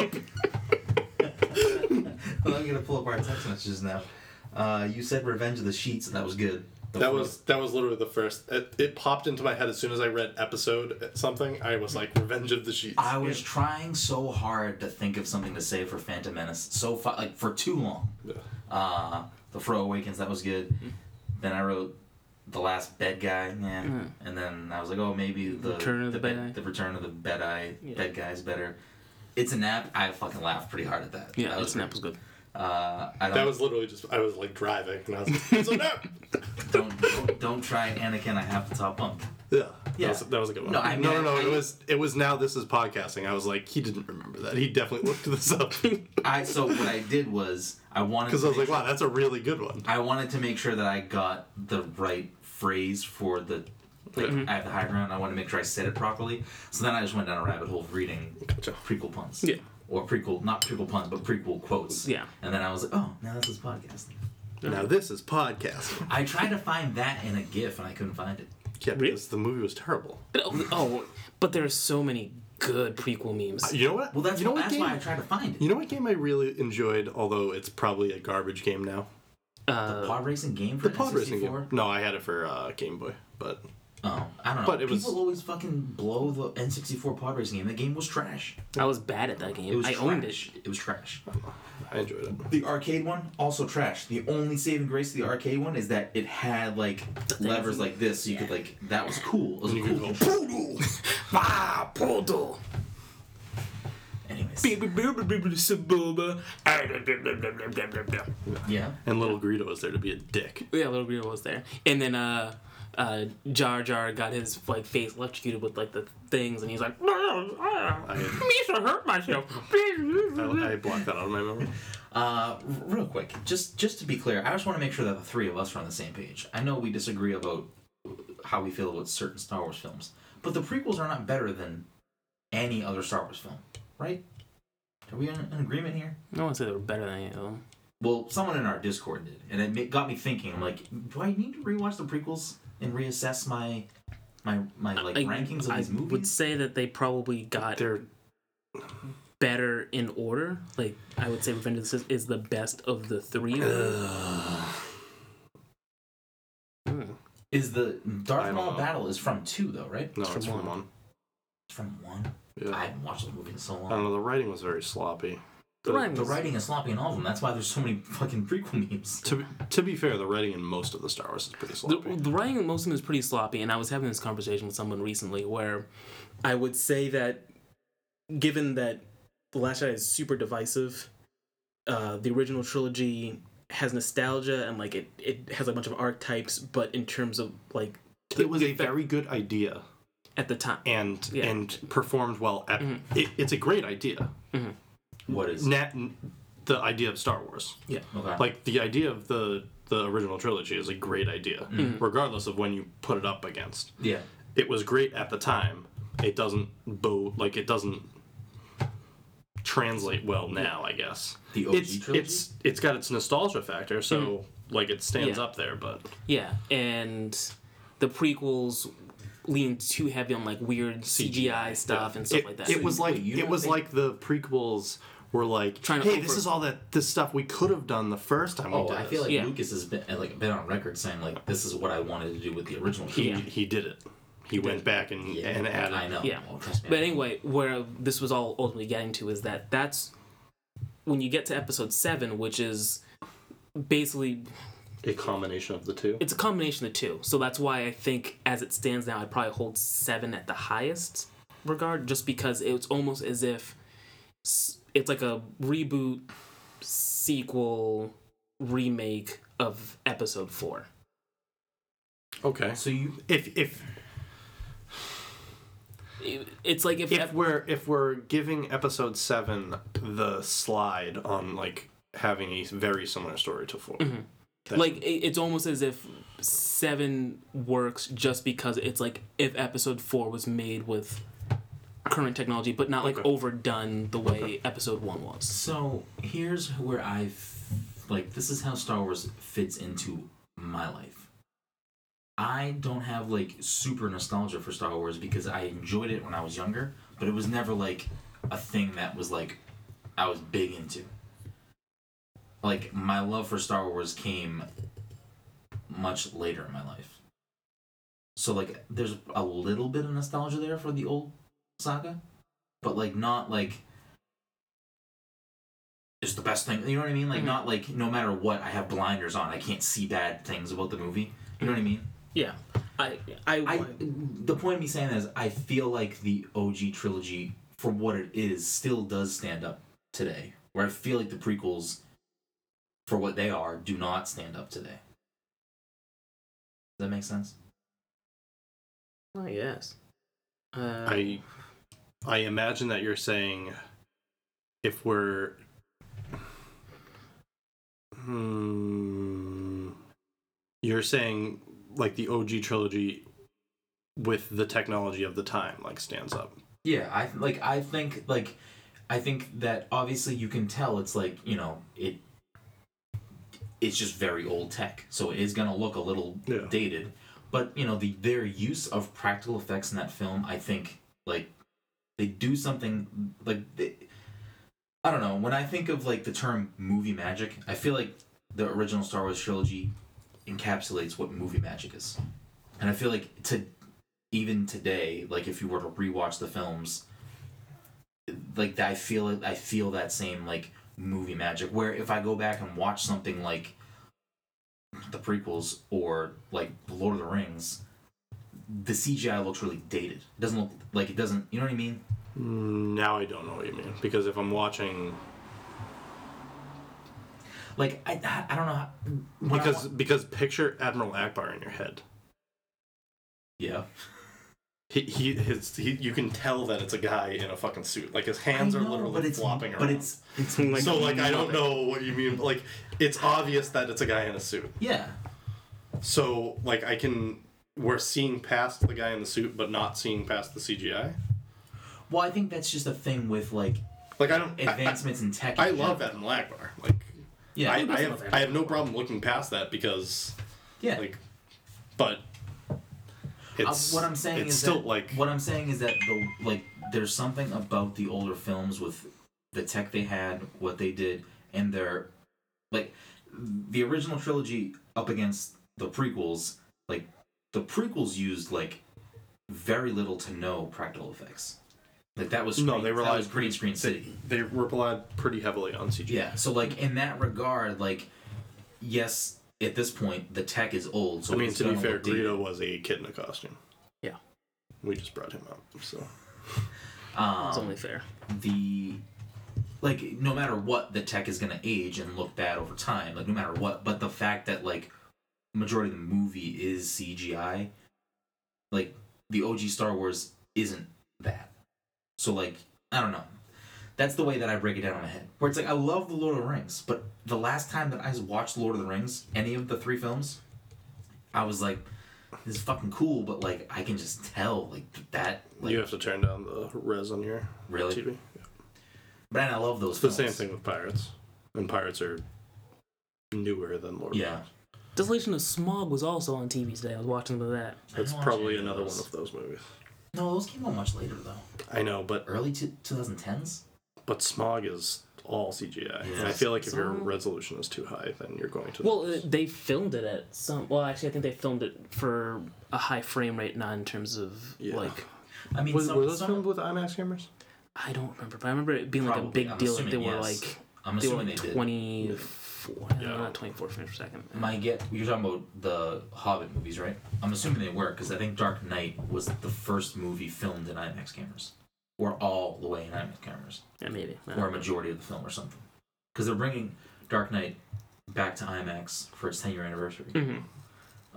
S1: I'm gonna pull up our text messages now. Uh, you said Revenge of the Sheets, and that was good. The
S3: that
S1: fourth-
S3: was that was literally the first. It, it popped into my head as soon as I read episode something. I was like, "Revenge of the Sheets."
S1: I was trying so hard to think of something to say for Phantom Menace, so fa- like for too long. Uh, the Fro Awakens, that was good.
S2: Hmm.
S1: Then I wrote the last Bed Guy, yeah. and then I was like, oh, maybe the
S2: Hmm. Return of the Bed Eye.
S1: the Return of the Bed Eye,
S2: Yeah.
S1: Bed Guy's better. It's a nap. I fucking laughed pretty hard at that.
S2: Yeah,
S1: that
S2: that snap was
S1: great.
S2: good.
S1: Uh, I don't,
S3: That was literally just I was like driving and I was like, "It's a no!"
S1: (laughs) don't, don't don't try Anakin. I have the top bump.
S3: Yeah,
S1: Yeah.
S3: That, was, that was a good one.
S1: No, I mean,
S3: no, no, no,
S1: I-
S3: it was it was now this is podcasting. I was like, he didn't remember that. He definitely looked this up (laughs) because
S1: I so what I did was I wanted
S3: I
S1: to make
S3: was like, wow, that's a really good one.
S1: I wanted to make sure that I got the right phrase for the. Like,
S3: Mm-hmm.
S1: I have the high ground. I want to make sure I said it properly. So then I just went down a rabbit hole of reading
S3: Gotcha.
S1: prequel puns.
S2: Yeah.
S1: Or prequel, not prequel puns, but prequel quotes.
S2: Yeah.
S1: And then I was like, oh, now this is podcast.
S3: Now this is podcasting.
S1: I tried to find that in a GIF and I couldn't find it.
S3: Yeah,
S2: Really?
S3: because the movie was terrible.
S2: Oh, oh, but there are so many good prequel memes.
S3: You know what?
S1: Well, that's
S3: you know
S1: that's
S3: game,
S1: why I tried to find it.
S3: You know what game I really enjoyed, although it's probably a garbage game now.
S2: Uh,
S1: pod racing game for
S3: The pod racing game.
S1: N64?
S3: No, I had it for uh, Game Boy, but
S1: Oh, I don't know.
S3: But it was-
S1: People always fucking blow the N64 pod racing game. That game was trash.
S2: I was bad at that game.
S1: It was
S2: I
S1: trash.
S2: owned it.
S1: It was trash.
S3: I enjoyed it.
S1: The arcade one also trash. The only saving grace of the arcade one is that it had like levers like this. So you could like that was cool. It was a
S3: could
S1: cool.
S3: go- (laughs)
S1: control.
S3: Ah,
S2: Bah, Poodle.
S1: Anyways,
S2: Yeah,
S1: yeah.
S3: And little Greedo was there to be a dick.
S2: little girl was there, and then uh, uh, Jar Jar got his like face electrocuted with like the things, and he's like, (laughs) "Me should hurt myself." Mm-hmm.
S3: I, I blocked that out of my memory.
S1: Uh, r- real quick, just just to be clear, I just want to make sure that the three of us are on the same page. I know we disagree about how we feel about certain Star Wars films, but the prequels are not better than any other Star Wars film, right? Are we in an agreement here?
S2: No one said they were better than any of them.
S1: Well, someone in our Discord did, and it ma- got me thinking. I'm like, do I need to rewatch the prequels and reassess my my my like
S2: I-
S1: rankings of
S2: I
S1: these
S2: would
S1: movies?
S2: say that they probably got
S3: They're
S2: better in order. Like I would say, Revenge of the Sith is the best of the three. Of them. Hmm.
S1: Is the
S3: I
S1: Darth
S3: don't
S1: Maul
S3: know.
S1: battle is from two though, right?
S3: no,
S2: It's
S3: it's
S2: from
S3: from
S2: one.
S3: one.
S1: It's from one. I
S3: Yeah. Um,
S1: haven't watched the movie in so
S3: I
S1: long.
S3: don't know. The writing was very sloppy.
S2: The rhyme
S1: The
S2: was-
S1: writing is sloppy in all of them. That's why there's so many fucking prequel memes.
S3: To be- to be fair, the writing in most of the Star Wars is pretty
S2: The,
S3: sloppy.
S2: the writing in most of them is pretty sloppy, and I was having this conversation with someone recently where I would say that given that The Last Jedi is super divisive, uh, the original trilogy has nostalgia and like it, it has a bunch of archetypes, but in terms of like
S3: it was a
S2: the-
S3: very good idea
S2: at the time,
S3: and
S2: Yeah.
S3: and performed well. At,
S2: Mhm.
S3: it, it's a great idea.
S1: What is?
S3: Nat, the idea of Star Wars.
S2: yeah,
S1: Okay.
S3: like the idea of the the original trilogy is a great idea
S1: Hmm.
S2: Hmm.
S3: regardless of when you put it up against
S1: yeah.
S3: it was great at the time it doesn't bo like it doesn't translate well now i guess
S1: The OG
S3: it's
S1: trilogy? Hmm.
S3: it's it's got its nostalgia factor so like it stands
S2: Yeah.
S3: up there but
S2: yeah, and the prequels lean too heavy on like weird CGI, stuff and stuff
S3: it,
S2: like that.
S3: it was like
S1: wait, you
S3: it
S1: don't
S3: was
S1: think-
S3: like the prequels were like
S2: Trying to
S3: hey this
S2: over-
S3: is all that this stuff we could have done the first time we
S1: Oh,
S3: did
S1: I
S3: this."
S1: feel like
S2: Yeah.
S1: Lucas has been like been on record saying like this is what I wanted to do with the original
S3: he,
S1: trilogy.
S3: he did it he went back and, and added
S1: I know.
S2: Yeah.
S1: Oh, trust me.
S2: But anyway, where this was all ultimately getting to is that that's when you get to episode seven, which is basically
S3: a combination of the two
S2: it's a combination of the two. So that's why I think as it stands now, I probably hold seven at the highest regard, just because it's almost as if s- it's like a reboot, sequel, remake of episode four.
S3: okay
S1: so you
S3: if if
S2: It- It's like if,
S3: if
S2: ep-
S3: we're if we're giving episode seven the slide on like having a very similar story to 4
S2: Mm-hmm.
S3: that-
S2: like it- it's almost as if seven works just because it's like if episode four was made with current technology but not like
S3: Okay.
S2: overdone the way episode one was
S1: So here's where I like this is how Star Wars fits into my life. I don't have like super nostalgia for Star Wars because I enjoyed it when I was younger, but it was never like a thing that was like I was big into. Like my love for Star Wars came much later in my life. So like there's a little bit of nostalgia there for the old saga, but like not like is the best thing. You know what I mean? Like
S2: Mhm.
S1: not like no matter what, I have blinders on. I can't see bad things about the movie. You know what I mean?
S2: yeah i i,
S1: I the point of me saying that is I feel like the OG trilogy, for what it is, still does stand up today. Where I feel like the prequels, for what they are, do not stand up today. Does that make sense?
S2: oh, yes uh,
S3: (laughs) i i imagine that you're saying if we're hmm, you're saying like the og trilogy with the technology of the time like stands up
S1: Yeah, I th- like I think like I think that obviously you can tell it's like, you know, it it's just very old tech. So it is going to look a little
S3: Yeah.
S1: dated, but you know, the their use of practical effects in that film, I think like they do something like they, I don't know, when I think of like the term movie magic, I feel like the original Star Wars trilogy encapsulates what movie magic is. And I feel like to even today, like if you were to rewatch the films, like I feel it. I feel that same like movie magic. Where if I go back and watch something like the prequels or like Lord of the Rings, the CGI looks really dated. It doesn't look like it doesn't. You know what I mean?
S3: Now I don't know what you mean because if I'm watching
S1: Like I, I I don't know. How, when I
S3: because
S1: wa-
S3: because picture Admiral Akbar in your head.
S1: yeah,
S3: He, he, his, he, you can tell that it's a guy in a fucking suit. Like his hands
S1: I
S3: are
S1: know,
S3: literally flopping around.
S1: But it's it's
S2: Like-
S3: so like I (laughs) don't know what you mean. but, Like it's obvious that it's a guy in a suit.
S1: yeah.
S3: So like I can we're seeing past the guy in the suit, but not seeing past the CGI.
S1: Well, I think that's just a thing with like
S3: Like I don't. I- I-
S1: advancements in tech.
S3: I,
S1: in
S3: love
S1: general.
S3: Admiral Akbar. Like
S1: Yeah,
S3: I, I have I have no problem looking past that because
S1: yeah.
S3: like, but
S1: Uh,
S3: it's
S1: what I'm saying
S3: it's
S1: is
S3: still
S1: that,
S3: like
S1: what I'm saying is that the like there's something about the older films with the tech they had, what they did, and their like the original trilogy up against the prequels. Like the prequels used like very little to no practical effects. Like that was
S3: No, they
S1: that
S3: relied
S1: was pretty screen city.
S3: they relied pretty heavily on CGI.
S1: Yeah. So like in that regard, like yes, at this point the tech is old. So
S3: I mean,
S1: it's
S3: to be
S1: gonna
S3: fair,
S1: look dated.
S3: Greedo was a kid in a costume.
S2: Yeah.
S3: We just brought him up, so
S1: Um,
S2: It's only fair.
S1: the like no matter what the tech is going to age and look bad over time like no matter what but the fact that like majority of the movie is cgi like the og star wars isn't that so like i don't know that's the way that i break it down in my head where it's like i love the lord of the rings but the last time that i watched lord of the rings any of the three films i was like this is fucking cool but like i can just tell like that like
S3: you have to turn down the res on your
S1: Really?
S3: TV.
S1: man i love those
S3: It's the
S1: films.
S3: same thing with pirates, and pirates are newer than Lord. of the
S1: yeah
S3: Rings.
S2: Desolation of Smog was also on TV today. I was watching some of that.
S3: that's
S1: I don't
S3: probably
S1: watch any of
S3: another one
S1: those.
S3: of those movies.
S1: No, those came out much later though.
S3: I know, but
S1: Early two thousand tens.
S3: but smog is all CGI, and I
S1: Yes.
S3: feel like if your
S2: Smog-
S3: resolution is too high, then you're going to
S2: Well, uh, they filmed it at some. Well, actually, I think they filmed it for a high frame rate, not in terms of
S3: Yeah.
S2: like
S1: I mean,
S3: was,
S1: some,
S3: were those
S1: some-
S3: filmed with IMAX cameras?
S2: I don't remember, but I remember it being like a
S1: Probably.
S2: big
S1: I'm
S2: deal. Like they
S1: assuming
S2: were
S1: yes.
S2: like
S1: I'm
S2: they were
S1: assuming they,
S2: like
S1: did.
S2: twenty four,
S3: Yeah.
S2: not twenty four frames per second.
S1: My get. You're talking about the Hobbit movies, right? I'm assuming they were because I think Dark Knight was the first movie filmed in IMAX cameras, or all the way in IMAX cameras,
S2: Yeah, maybe. I don't
S1: or a
S2: know.
S1: majority of the film, or something. Because they're bringing Dark Knight back to IMAX for its 10 year anniversary,
S2: Mhm.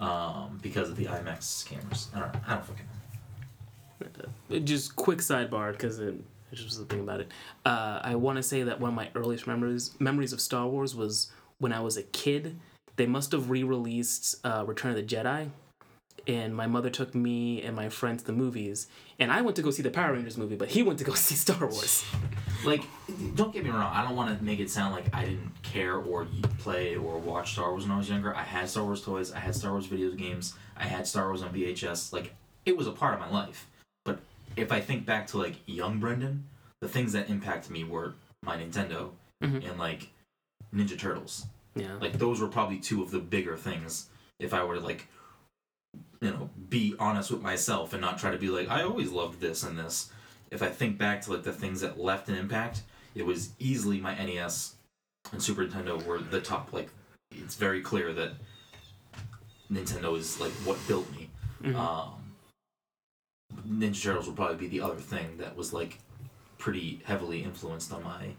S1: um, because of the IMAX cameras. I don't. I don't fucking. know.
S2: Uh, just quick sidebar because it, it just was the thing about it. Uh, I want to say that one of my earliest memories memories of Star Wars was when I was a kid. They must have re-released uh, Return of the Jedi, and my mother took me and my friend to the movies, and I went to go see the Power Rangers movie, but he went to go (laughs) see Star Wars.
S1: Like, don't get me wrong. I don't want to make it sound like I didn't care or y- play or watch Star Wars when I was younger. I had Star Wars toys. I had Star Wars video games. I had Star Wars on VHS. Like, it was a part of my life. But if I think back to like young Brendan, the things that impacted me were my Nintendo
S2: Mhm.
S1: and like Ninja Turtles.
S2: Yeah,
S1: Like, those were probably two of the bigger things. If I were to like, you know, be honest with myself and not try to be like, I always loved this and this. If I think back to like the things that left an impact, it was easily my NES and Super Nintendo were the top. Like, it's very clear that Nintendo is like what built me.
S2: Mm-hmm.
S1: Um, Ninja Turtles would probably be the other thing that was like pretty heavily influenced on my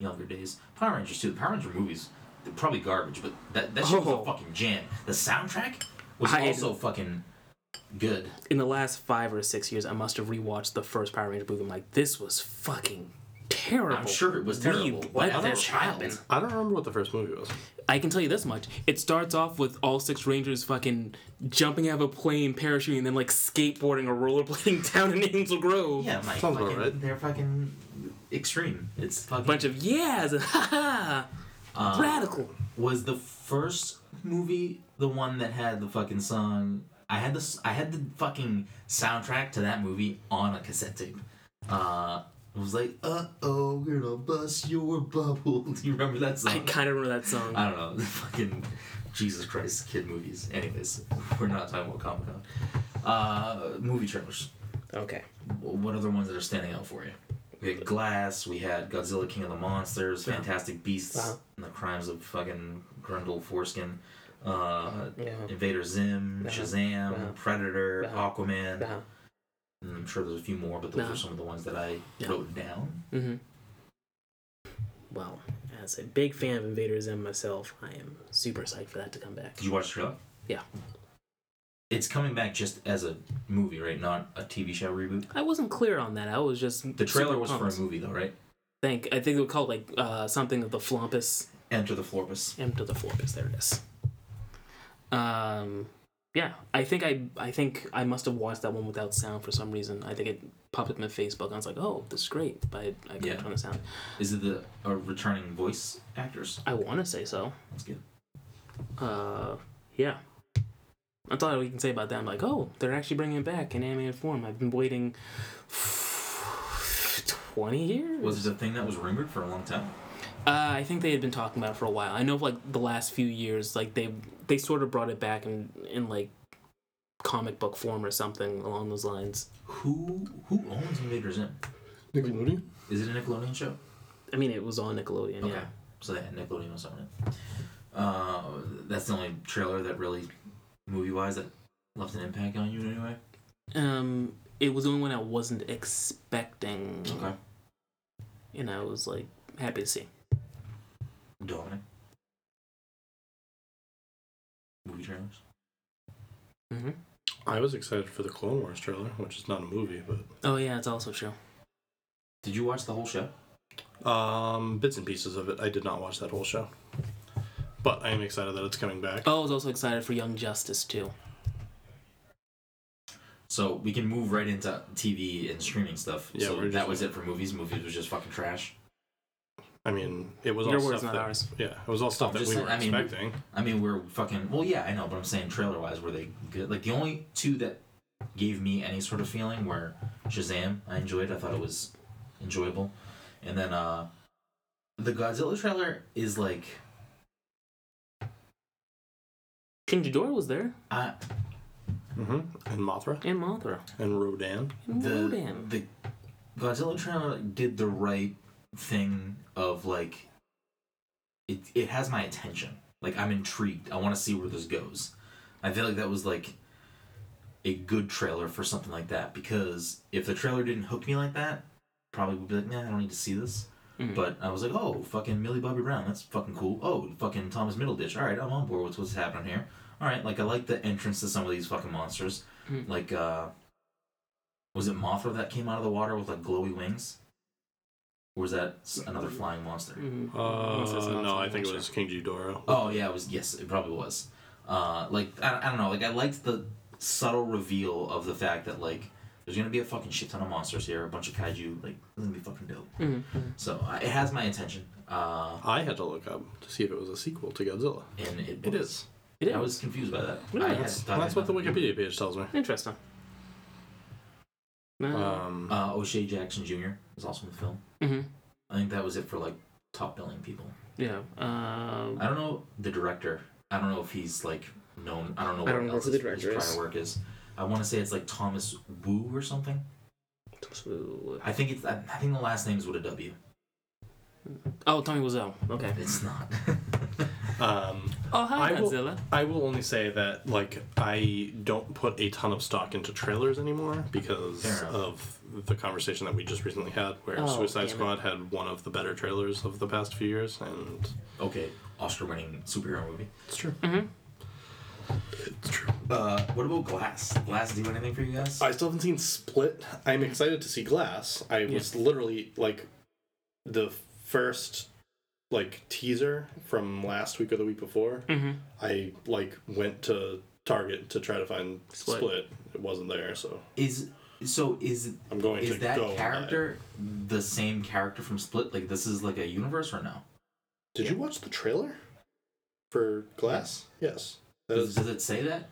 S1: younger days. Power Rangers too. The Power Ranger movies, they're probably garbage, but that that shit was
S2: Oh.
S1: a fucking jam. The soundtrack was
S2: I-
S1: also fucking good.
S2: in the last five or six years, I must have rewatched the first Power Ranger movie. I'm like, this was fucking terrible.
S1: I'm sure it was
S2: We
S1: terrible.
S2: let
S1: but
S2: this
S1: as a child,
S2: happen.
S3: I don't remember what the first movie was.
S2: I can tell you this much. It starts off with all six rangers fucking jumping out of a plane, parachuting, and then like skateboarding or rollerblading (laughs) down in Angel Grove.
S1: Yeah, my
S3: Sounds about
S1: fucking,
S3: right.
S1: they're fucking extreme. It's fucking
S2: Bunch of yeahs (laughs) and ha ha.
S1: Um,
S2: Radical.
S1: was the first movie the one that had the fucking song I had this I had the fucking soundtrack to that movie on a cassette tape. Uh it was like, uh oh, we're gonna bust your bubble. (laughs) Do you remember that song?
S2: I kind of remember that song.
S1: I don't (laughs) (laughs) know. The fucking Jesus Christ kid movies. Anyways, we're not talking about Comic Con. Uh, movie trailers.
S2: Okay.
S1: What other ones that are standing out for you? We had Glass. We had Godzilla, King of the Monsters, Fantastic Beasts,
S2: Uh-huh.
S1: and the Crimes of fucking Grundle Foreskin, uh,
S2: Yeah.
S1: Invader Zim,
S2: Uh-huh.
S1: Shazam,
S2: Uh-huh.
S1: Predator,
S2: Uh-huh.
S1: Aquaman.
S2: Uh-huh.
S1: And I'm sure there's a few more, but those
S2: Uh-huh.
S1: are some of the ones that I
S2: Yeah.
S1: wrote down.
S2: Mm-hmm. Well, as a big fan of Invader Zim myself, I am super psyched for that to come back.
S1: Did you watch the trailer?
S2: Yeah.
S1: It's coming back just as a movie, right? Not a TV show reboot.
S2: I wasn't clear on that. I was just
S1: The trailer
S2: super
S1: was for a
S2: pumped.
S1: movie, though, right?
S2: Think I think it was called like uh, something of the Flompus
S1: Enter the Florpus.
S2: M to the Flompus. There it is. Um, yeah, I think I I think I must have watched that one without sound for some reason. I think it popped up in Facebook. and I was like, oh, this is great, but I, I couldn't
S1: Yeah.
S2: turn the sound.
S1: Is it the uh, returning voice actors?
S2: I want to say so.
S1: That's good.
S2: uh yeah that's all we can say about that i'm like oh they're actually bringing it back in animated form i've been waiting 20 years
S1: Was it a thing that was rumored for a long time?
S2: uh, i think they had been talking about it for a while i know like the last few years like they they sort of brought it back in in like comic book form or something along those lines
S1: Who who owns Invader Zim?
S4: Nickelodeon?
S1: Is it a Nickelodeon show?
S2: i mean it was on nickelodeon
S1: Okay.
S2: yeah
S1: So they had Nickelodeon was on it. Uh, that's the only trailer that really, movie wise, that left an impact on you in any way.
S2: um it was the only one i wasn't expecting
S1: Okay.
S2: and i was like happy to see
S1: Dominic. Movie trailers.
S2: mm-hmm.
S3: I was excited for the Clone Wars trailer, which is not a movie, but
S2: oh yeah it's also true
S1: Did you watch the whole show?
S3: um, bits and pieces of it. I did not watch that whole show, but I am excited that it's coming back.
S2: Oh, I was also excited for Young Justice too.
S1: So we can move right into TV and streaming stuff.
S3: Yeah,
S1: so
S3: we're
S1: that
S3: just-
S1: was it for movies. Movies was just fucking trash.
S3: I mean, it was
S2: Your
S3: all
S2: word's
S3: stuff
S2: not
S3: that,
S2: ours.
S3: Yeah, it was all stuff that
S1: just
S3: we
S1: saying-
S3: were
S1: I mean-
S3: expecting.
S1: I mean, we're fucking. Well, yeah, I know, but I'm saying trailer wise, were they good? Like the only two that gave me any sort of feeling were Shazam. I enjoyed. I thought it was enjoyable, and then uh the Godzilla trailer is like
S2: King Ghidorah was there,
S1: I
S2: Mm-hmm.
S3: hmm And Mothra
S2: and Mothra,
S3: and Rodan.
S2: and
S1: the
S2: Rodan.
S1: the Godzilla trailer did the right thing of like it it has my attention. Like I'm intrigued. I want to see where this goes. I feel like that was like a good trailer for something like that because if the trailer didn't hook me like that, probably would be like, nah, I don't need to see this.
S2: Mhm.
S1: But I was like, oh, fucking Millie Bobby Brown, that's fucking cool. Oh, fucking Thomas Middleditch. All right, I'm on board with what's happening here. All right, like I like the entrance to some of these fucking monsters.
S2: Mhm.
S1: Like, uh, was it Mothra that came out of the water with like glowy wings? Or was that s- another flying monster?
S2: Mhm.
S3: Uh,
S2: Monsters,
S3: no, I
S2: monsters,
S3: think it was
S2: monsters.
S3: King Ghidorah.
S1: Oh yeah, it was. Yes, it probably was. Uh, like I, I don't know. Like I liked the subtle reveal of the fact that like there's gonna be a fucking shit ton of monsters here, a bunch of kaiju. Like it's gonna be fucking dope.
S2: Mhm.
S1: So I, it has my attention. Uh,
S3: I had to look up to see if it was a sequel to Godzilla.
S1: and it,
S3: It
S1: was-
S3: is.
S2: It is.
S1: I was confused by that.
S2: Yeah,
S1: I had
S2: that's-
S1: thought
S3: that's
S1: I-
S3: what the Wikipedia page tells me.
S2: interesting.
S3: Um,
S1: Uh, O'Shea Jackson Jr. was also in the film.
S3: Uh,
S2: hmm
S1: I think that was it for like top billing people.
S2: Yeah. Um,
S1: I don't know the director. I don't know if he's like known. I don't know.
S2: I don't know who the
S1: his-
S2: director
S1: his
S2: is.
S1: prior work is. I want to say it's like Thomas Wu or something.
S2: so-
S1: I think it's. I I think the last name is with a W.
S2: oh, Tommy Wiseau. Okay.
S1: It's not. (laughs) Uh.
S3: um,
S2: Oh hi,
S3: I will-
S2: Godzilla.
S3: I will only say that like I don't put a ton of stock into trailers anymore because
S1: Fair enough.
S3: of the conversation that we just recently had, where
S2: Oh, damn
S3: Suicide
S2: it.
S3: Squad had one of the better trailers of the past few years, and
S1: okay, Oscar-winning superhero movie.
S3: it's true.
S2: Mm-hmm.
S3: It's true.
S1: Uh, what about Glass? Glass do anything for you guys?
S3: I still haven't seen Split. I'm excited to see Glass. I was literally like the first like teaser from last week or the week before.
S2: Mm-hmm.
S3: I like went to Target to try to find
S2: Split.
S3: Split. It wasn't there, so
S1: Is so is
S3: I'm going to
S1: is that
S3: go. and buy it.
S1: character the same character from Split? Like this is like a universe or no?
S3: Did you watch the trailer for Glass? Yes. That
S1: Does,
S3: is,
S1: does it say that?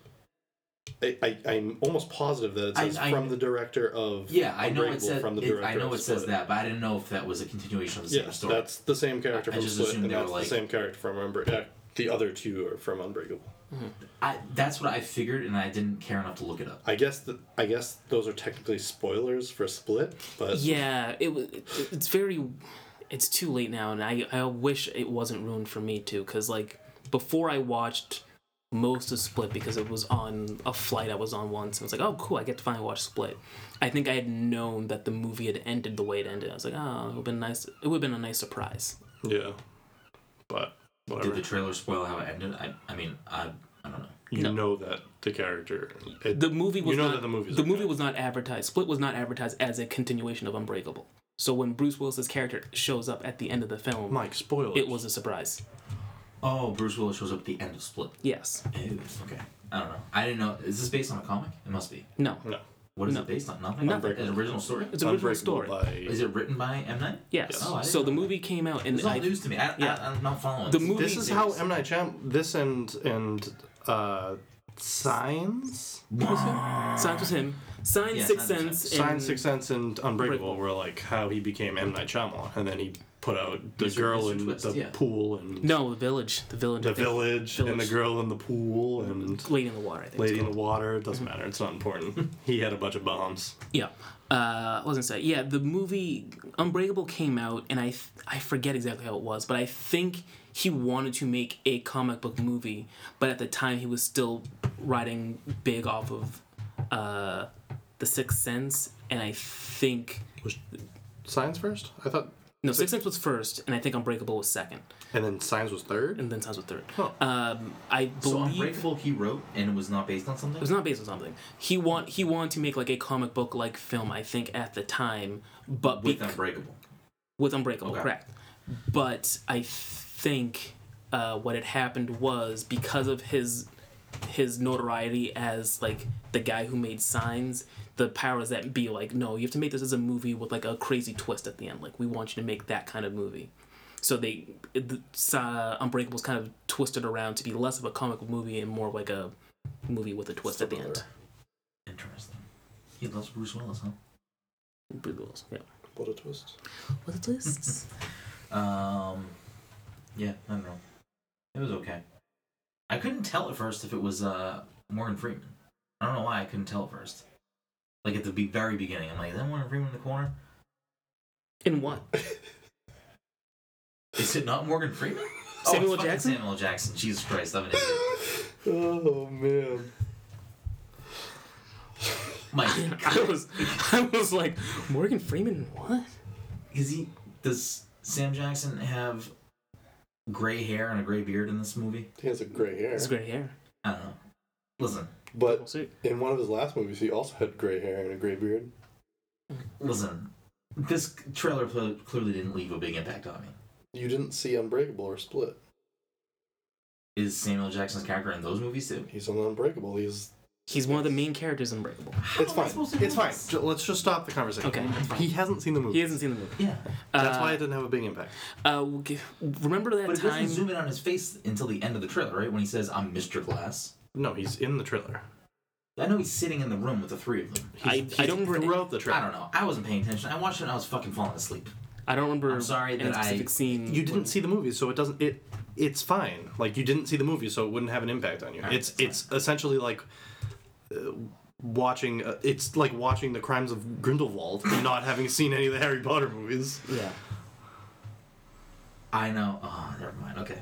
S3: I, I, I'm almost positive that it
S1: I-
S3: says
S1: I-
S3: from the director of.
S1: Yeah, I know it
S3: Unbreakable
S1: says.
S3: From the
S1: it-
S3: director
S1: I know
S3: of
S1: it says
S3: Split.
S1: that, but I didn't know if that was a continuation of the same
S3: Yes,
S1: story.
S3: that's the same character
S1: I
S3: from
S1: just
S3: Split,
S1: assumed
S3: and
S1: they were
S3: that's
S1: like-
S3: uh, the same character from Unbreakable. The other two are from Unbreakable.
S1: I that's what I figured, and I didn't care enough to look it up.
S4: I guess that I guess those are technically spoilers for Split, but
S2: Yeah, it, wa- it it's very it's too late now and I I wish it wasn't ruined for me too cuz like before I watched most of Split because it was on a flight I was on once and I was like, "Oh, cool, I get to finally watch Split." I think I had known that the movie had ended the way it ended. I was like, "Oh, it would have been nice. It would have been a nice surprise."
S3: Yeah. But
S1: Did
S3: whatever.
S1: the trailer spoil how it ended? I I mean I I don't know.
S3: you
S2: No.
S3: know that the character. It,
S2: The movie was
S3: You know
S2: not,
S3: that the movie's okay.
S2: movie was not advertised. Split was not advertised as a continuation of Unbreakable. So when Bruce Willis's character shows up at the end of the film,
S3: Mike, spoilers.
S2: it was a surprise.
S1: Oh, Bruce Willis shows up at the end of Split.
S2: Yes.
S1: Ew, okay. I don't know. I didn't know. Is this based on a comic? It must be.
S2: No.
S3: No.
S1: What is
S2: No.
S1: it based on? Nothing.
S2: Nothing.
S1: An original story.
S2: It's an original
S3: Unbreakable
S2: story.
S3: By,
S1: Is it written by M Night?
S2: Yes.
S1: Oh, I didn't
S2: so the
S1: know
S2: movie came out
S1: that.
S2: and
S1: It's all
S2: I,
S1: news to me. I,
S2: yeah.
S1: I, I'm not following.
S2: The
S1: this.
S2: movie-
S3: this is how M Night Jam. This and and uh, Signs,
S2: Signs was him. Signs,
S1: Yeah,
S2: Sixth
S1: Signs was him.
S2: Sense, and
S3: Signs, Sixth Sense, and Unbreakable were like how he became M Night Shyamalan, and then he put out the
S1: Mr.
S3: girl
S1: Mr.
S3: in
S1: Twist,
S3: the
S1: yeah.
S3: pool and
S2: no, the village, the village,
S3: the
S2: I think.
S3: village, and the
S2: Village.
S3: girl in the pool and
S2: Lady in the Water. I think. it's
S3: Lady in
S2: called.
S3: the Water. It doesn't matter. It's not (laughs) important. he had a bunch of bombs.
S2: Yeah. Uh, I was gonna say yeah. The movie Unbreakable came out, and I th- I forget exactly how it was, but I think he wanted to make a comic book movie, but at the time he was still riding big off of uh, the Sixth Sense, and I think
S3: Was Signs first? I thought,
S2: no Sixth Sense was first, and I think Unbreakable was second,
S3: and then Signs was third.
S2: and then Signs was third.
S3: Huh.
S2: Um, I
S1: So
S2: believe
S1: Unbreakable he wrote and it was not based on something.
S2: it was not based on something. He want he wanted to make like a comic book like film, I think, at the time, but
S1: with
S2: bec-
S1: Unbreakable.
S2: with Unbreakable,
S1: Okay.
S2: correct. But I think uh, what had happened was because of his his notoriety as like the guy who made signs, the powers that be like, no, you have to make this as a movie with like a crazy twist at the end. Like we want you to make that kind of movie. So they it- the, uh, Unbreakable's kind of twisted around to be less of a comic book movie and more of, like a movie with a twist at the end.
S1: Interesting. He loves Bruce Willis, huh?
S2: Bruce Willis, Yeah.
S4: what a twist!
S2: What a twist.
S1: Um, yeah, I don't know. It was okay. I couldn't tell at first if it was uh Morgan Freeman. I don't know why I couldn't tell at first. Like at the be- very beginning, I'm like, is that Morgan Freeman in the corner?
S2: In
S3: (laughs)
S2: what? (laughs)
S1: Is it not Morgan Freeman?
S2: Samuel
S1: oh, it's fucking
S2: Jackson?
S1: Samuel L. Jackson. Jesus Christ, I'm an idiot.
S4: Oh man!
S1: Mike,
S2: (laughs) I was I was like, Morgan Freeman, what?
S1: is he? Does Sam Jackson have gray hair and a gray beard in this movie?
S4: He has a gray hair,
S2: His gray hair.
S1: I don't know. Listen,
S4: but
S2: suit.
S4: in one of his last movies, he also had gray hair and a gray beard.
S1: listen. This trailer cl- clearly didn't leave a big impact on me.
S4: You didn't see Unbreakable or Split.
S1: Is Samuel Jackson's character in those movies too?
S4: He's on Unbreakable. He's
S2: He's one of the main characters in Unbreakable.
S1: How
S4: it's
S1: am I
S4: fine.
S1: supposed to know
S4: It's fine.
S1: this?
S3: Ju- Let's just stop the conversation.
S2: Okay.
S3: He hasn't seen the movie.
S2: He hasn't seen the movie.
S1: Yeah,
S3: That's
S2: uh,
S3: why it didn't have a big impact.
S2: Uh, we'll gi- remember that
S1: but it
S2: time?
S1: doesn't zoom in on his face until the end of the trailer, right? When he says, "I'm Mr. Glass."
S3: No, he's in the trailer.
S1: I know he's sitting in the room with the three of them.
S2: I-
S3: He's,
S2: I don't
S3: he's
S2: re-
S3: throughout the
S1: I
S3: trailer.
S1: don't know. I wasn't paying attention. I watched it. and I was fucking falling asleep.
S2: I don't remember.
S1: I'm sorry
S2: any
S1: that I-
S2: specific scene.
S3: You didn't
S2: when-
S3: see the movie, so it doesn't. It it's fine. Like you didn't see the movie, so it wouldn't have an impact on you.
S1: Alright,
S3: it's
S1: that's
S3: it's essentially like uh, watching. Uh, it's like watching the Crimes of Grindelwald and not having seen any of the Harry Potter movies.
S2: Yeah.
S1: I know. Oh, never mind. Okay.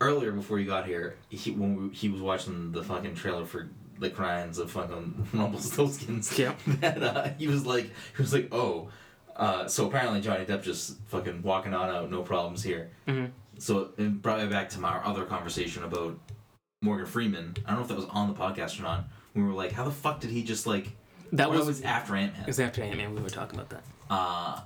S1: Earlier, before you got here, he when we, he was watching the fucking trailer for the crimes of fucking (laughs) Rumpelstiltskin's.
S2: Yeah.
S1: (laughs) That uh, he was like, he was like, oh, uh, so apparently Johnny Depp just fucking walking on out, no problems here.
S2: Mhm.
S1: So it brought me back to my other conversation about Morgan Freeman. I don't know if that was on the podcast or not. We were like, how the fuck did he just like?
S2: That
S1: or it
S2: was,
S1: was after Ant Man.
S2: was after Ant Man. We were talking about that.
S1: Uh,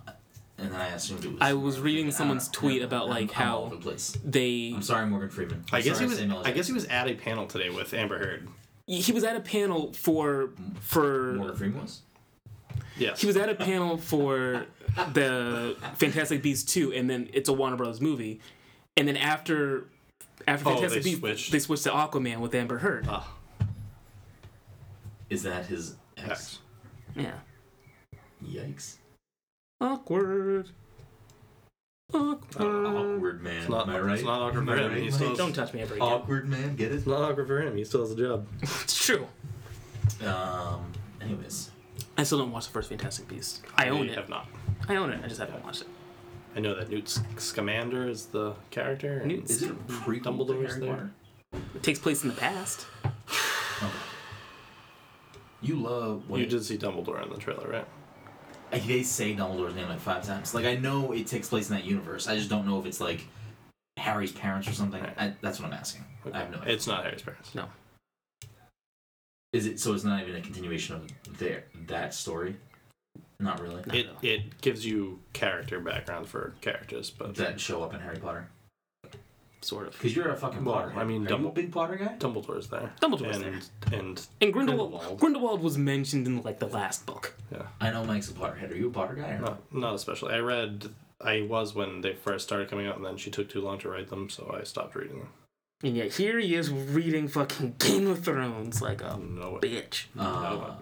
S1: and then I assumed it was.
S2: I was reading
S1: I don't
S2: someone's
S1: know.
S2: tweet about,
S1: I'm-
S2: like,
S1: I'm all
S2: how-
S1: over the place.
S2: They
S1: I'm sorry, Morgan Freeman. I'm
S3: I guess
S1: sorry,
S3: he was.
S1: Samuel L.
S3: I guess he was at a panel today with Amber Heard.
S2: he was at a panel for
S1: Jackson.
S2: for
S1: Morgan Freeman was.
S3: Yes.
S2: he was at a panel for the Fantastic Beasts two, and then it's a Warner Brothers movie, and then after after
S3: Oh,
S2: Fantastic
S3: they
S2: Beasts
S3: switched.
S2: they switched to Aquaman with Amber Heard.
S3: Ah,
S1: Is that his ex?
S3: X.
S2: Yeah.
S1: Yikes!
S2: Awkward. Um,
S1: Awkward man,
S3: It's not,
S1: am I right?
S3: it's not awkward for
S1: Am I
S3: him.
S1: right?
S3: He still has,
S2: Don't touch me ever again.
S1: awkward man, get it?
S3: it's not awkward for him. He still has a job.
S2: It's true.
S1: Um, anyways,
S2: I still don't watch the first Fantastic Beast. I own
S3: I
S2: it.
S3: have not.
S2: I own it. I just haven't watched it.
S3: I know that Newt Scamander is the character. and
S2: Newt
S1: is it a prequel
S3: Dumbledore's
S1: to Harry
S3: there.
S1: Potter?
S2: It takes place in the past.
S1: You love
S3: You did see Dumbledore in the trailer, right?
S1: I- They say Dumbledore's name like five times. Like I know it takes place in that universe. I just don't know if it's like Harry's parents or something. I, that's what I'm asking. I have no idea.
S3: It's not Harry's parents.
S2: No.
S1: Is it so? It's not even a continuation of their that story. Not really.
S2: No,
S3: It
S2: no.
S3: it gives you character background for characters, but
S1: That show up in Harry Potter
S2: Sort of.
S1: because you're a fucking
S3: Well,
S1: Potter.
S3: I
S1: are
S3: mean,
S1: you a
S3: Dumble-
S1: big Potter guy?
S3: Dumbledore's there.
S2: Dumbledore's
S3: and, And
S2: And Grindelwald,
S3: Grindelwald.
S2: Grindelwald. was mentioned in like the last book.
S1: I know Mike's a Potterhead. Are you a Potter guy? Or not?
S3: not not especially. I read. I was when they first started coming out, and then she took too long to write them, so I stopped reading them.
S2: And yet here he is reading fucking (laughs) Game of Thrones like a
S3: No way.
S2: bitch.
S1: Uh,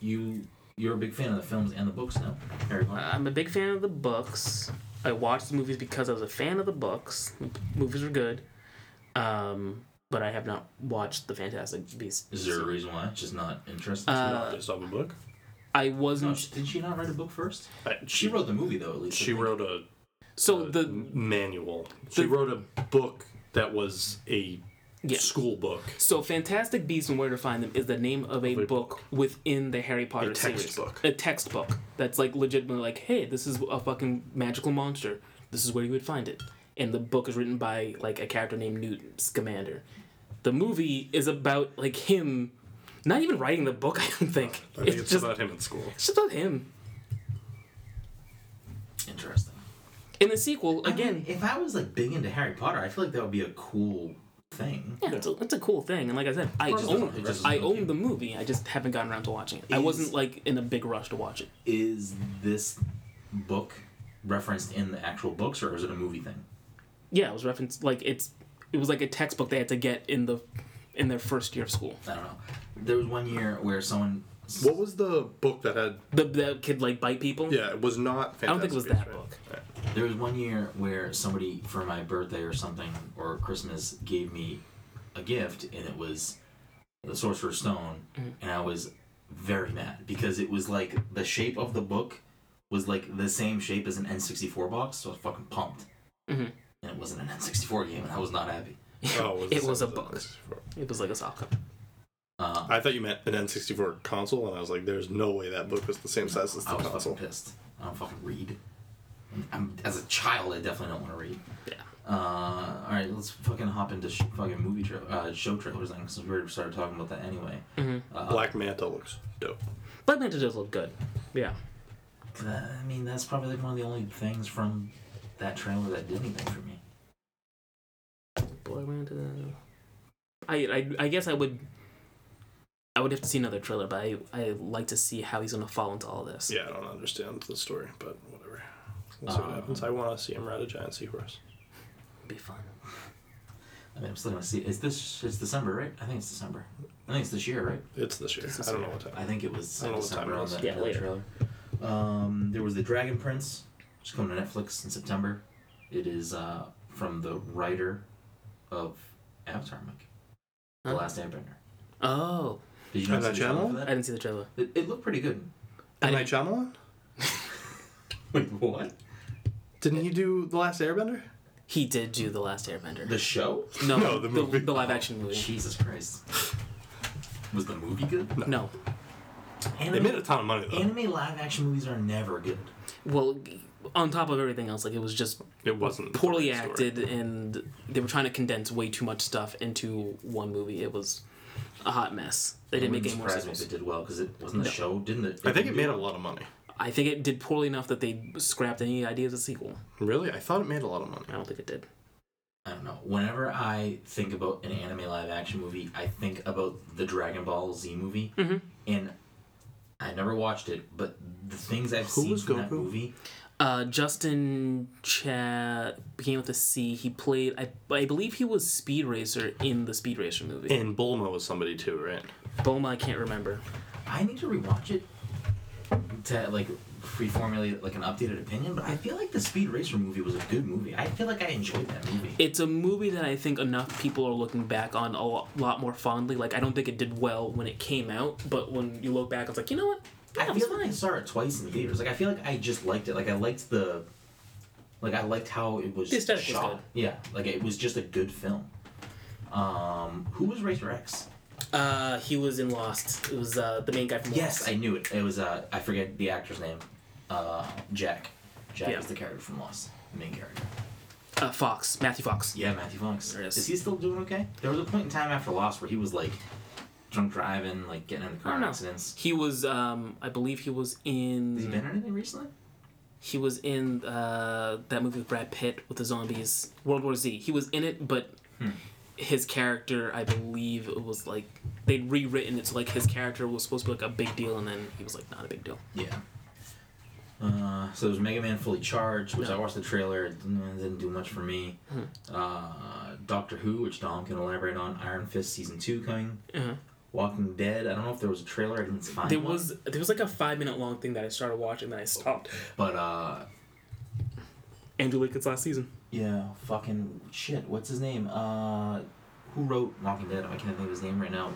S1: you you're a big fan of the films and the books now, Harry Potter.
S2: I'm a big fan of the books. I watched the movies because I was a fan of the books. The movies are good. Um, but I have not watched the Fantastic
S3: Uh,
S2: Beasts.
S1: Is there a reason why? It's just not interested.
S2: Uh,
S3: Based off a book.
S2: I
S1: no,
S2: wasn't
S1: sh- did she not write a book first?
S3: I,
S1: She wrote the movie though, at least. I
S3: She
S1: think.
S3: wrote a
S2: so the
S3: manual. She
S2: The-
S3: wrote a book that was a
S2: Yeah.
S3: school book,
S2: so Fantastic Beasts and Where to Find Them is the name of a
S3: Of a
S2: book within the Harry Potter series.
S3: textbook.
S2: A textbook that's like legitimately like, hey, this is a fucking magical monster. This is where you would find it. And the book is written by like a character named Newt Scamander. The movie is about like him, not even writing the book. (laughs) I don't think
S3: I think
S2: it's,
S3: it's,
S2: just
S3: about him in school.
S2: it's just about him.
S1: Interesting.
S2: In the sequel,
S1: I mean,
S2: again,
S1: if I was like big into Harry Potter, I feel like that would be a cool thing.
S2: yeah, it's a, it's a cool thing. And like I said, I
S1: It just doesn't- it
S2: own
S1: just
S2: I
S1: doesn't
S2: own the movie. I just haven't gotten around to watching it. I
S1: Is-
S2: wasn't like in a big rush to watch it.
S1: Is this book referenced in the actual books, or is it a movie thing?
S2: Yeah, it was referenced like it's it was like a textbook they had to get in the in their first year of school.
S1: I don't know. There was one year where someone.
S4: What was the book that had?
S2: The the kid like bite people.
S4: Yeah, it was not. Fantastic
S2: I don't think it was that book.
S1: There was one year where somebody for my birthday or something or Christmas gave me a gift, and it was the Sorcerer's Stone, and I was very mad because it was like the shape of the book was like the same shape as an N64 box, so I was fucking pumped.
S2: Mhm.
S1: And it wasn't an N64 game, and I was not happy.
S4: Oh,
S2: (laughs) It
S4: the
S2: was
S4: same
S2: a
S4: as an
S2: book.
S4: N64.
S2: It was like a soft cup.
S1: Uh,
S4: I thought you meant an N64 console, and I was like, "There's no way that book was the same size as
S1: I
S4: the
S1: was
S4: console."
S1: fucking pissed. I don't fucking read. I'm, as a child, I definitely don't want to read.
S2: Yeah.
S1: Uh, all right, let's fucking hop into sh- fucking movie tra- uh, show trailers then, because we already started talking about that anyway.
S2: Mm-hmm.
S1: Uh,
S4: Black Manta looks dope.
S2: Black Manta does look good. Yeah.
S1: uh, I mean, that's probably like one of the only things from that trailer that did anything for me.
S2: Black Manta. I, I I guess I would. I would have to see another trailer, but I I like to see how he's gonna fall into all this.
S4: Yeah, I don't understand the story, but whatever. We'll see what
S1: Um,
S4: happens. I want to see him ride a giant seahorse.
S2: It'd be fun.
S1: I mean, I'm still gonna see. It's this. It's December, right? I think it's December. I think it's this year, right?
S4: It's this year.
S2: It's this
S4: I don't know
S2: year.
S4: what time.
S1: I think it was
S4: I don't know what time
S1: December
S4: it
S1: on
S4: is.
S1: that
S2: Yeah,
S1: trailer.
S2: later.
S1: trailer. Um, there was the Dragon Prince, which is coming to Netflix in September. It is uh, from the writer of Avatar, Mike, The
S2: Huh?
S1: Last Airbender.
S2: Oh,
S1: Did you
S4: And
S1: not see
S4: that
S1: the trailer
S4: channel?
S1: for
S2: I
S1: that?
S2: didn't see the trailer.
S1: It, it looked pretty good.
S2: I
S4: M. Night
S2: didn't-
S4: Shyamalan?
S1: Wait, what?
S4: Didn't he do The Last Airbender?
S2: He did do the Last Airbender.
S1: The show? (laughs)
S2: no,
S4: No, the
S2: the,
S4: movie.
S2: the live action movie.
S1: Jesus Christ. Was the movie good?
S2: No.
S4: They
S1: Anime,
S4: made a ton of money though.
S1: anime live action movies are never good.
S2: Well, on top of everything else, like it was just
S4: it wasn't the
S2: poorly
S4: right story.
S2: acted and they were trying to condense way too much stuff into one movie. It was a hot mess. They didn't make
S1: Wouldn't
S2: any more
S1: surprise me if
S2: sequels.
S1: it did well because it wasn't the show. Didn't it?
S4: I think it made a lot of money.
S2: I think it did poorly enough that they scrapped any idea of a sequel.
S4: Really, I thought it made a lot of money.
S2: I don't think it did.
S1: I don't know. Whenever I think about an anime live action movie, I think about the Dragon Ball Z movie, and I never watched it, but the things I've
S4: Who
S1: seen
S4: was
S1: from that
S4: Goku?
S1: movie.
S2: Uh, Justin Chat began with a C. He played, I, I believe he was Speed Racer in the Speed Racer movie.
S4: And Bulma was somebody too, right?
S2: Bulma, I can't remember.
S1: I need to rewatch it to like pre-formulate like an updated opinion, but I feel like the Speed Racer movie was a good movie. I feel like I enjoyed that movie.
S2: It's a movie that I think enough people are looking back on a lo- lot more fondly. Like I don't think it did well when it came out, but when you look back, it's like you know what? Yeah,
S1: I
S2: it was
S1: feel like I
S2: fine.
S1: saw it twice in theaters. Like I feel like I just liked it. Like I liked the, like I liked how it was
S2: The aesthetic was
S1: shot.
S2: good.
S1: Yeah, like it was just a good film. Um, who was Racer X?
S2: Uh, he was in Lost. It was uh, the main guy from
S1: Yes,
S2: Lost.
S1: I knew it. It was uh, I forget the actor's name. Uh, Jack. Jack
S2: Yeah.
S1: is the character from Lost, the main character.
S2: uh, Fox, Matthew Fox.
S1: Yeah, Matthew Fox.
S2: There it is.
S1: Is. he still doing okay? There was a point in time after Lost where he was like drunk driving, like getting into
S2: I don't
S1: car
S2: know.
S1: accidents.
S2: He was, um, I believe, he was in.
S1: Has he been in anything recently?
S2: He was in uh, that movie with Brad Pitt with the zombies, World War Z. He was in it, but his character, I believe, it was like they'd rewritten it so like his character was supposed to be like a big deal, and then he was like not a big deal.
S1: Yeah. Uh, so it was Mega Man Fully Charged, which
S2: No.
S1: I watched the trailer. It didn't, it didn't do much for me.
S2: Hmm.
S1: Uh, Doctor Who, which Dom can elaborate on. Iron Fist season two coming.
S2: Uh-huh.
S1: Walking Dead. I don't know if there was a trailer. I didn't find
S2: There
S1: one.
S2: was there was like a five minute long thing that I started watching, then I stopped.
S1: But uh,
S2: Andrew Lincoln's last season.
S1: yeah, fucking shit. What's his name? Uh, who wrote Walking Dead? I can't think of his name right now.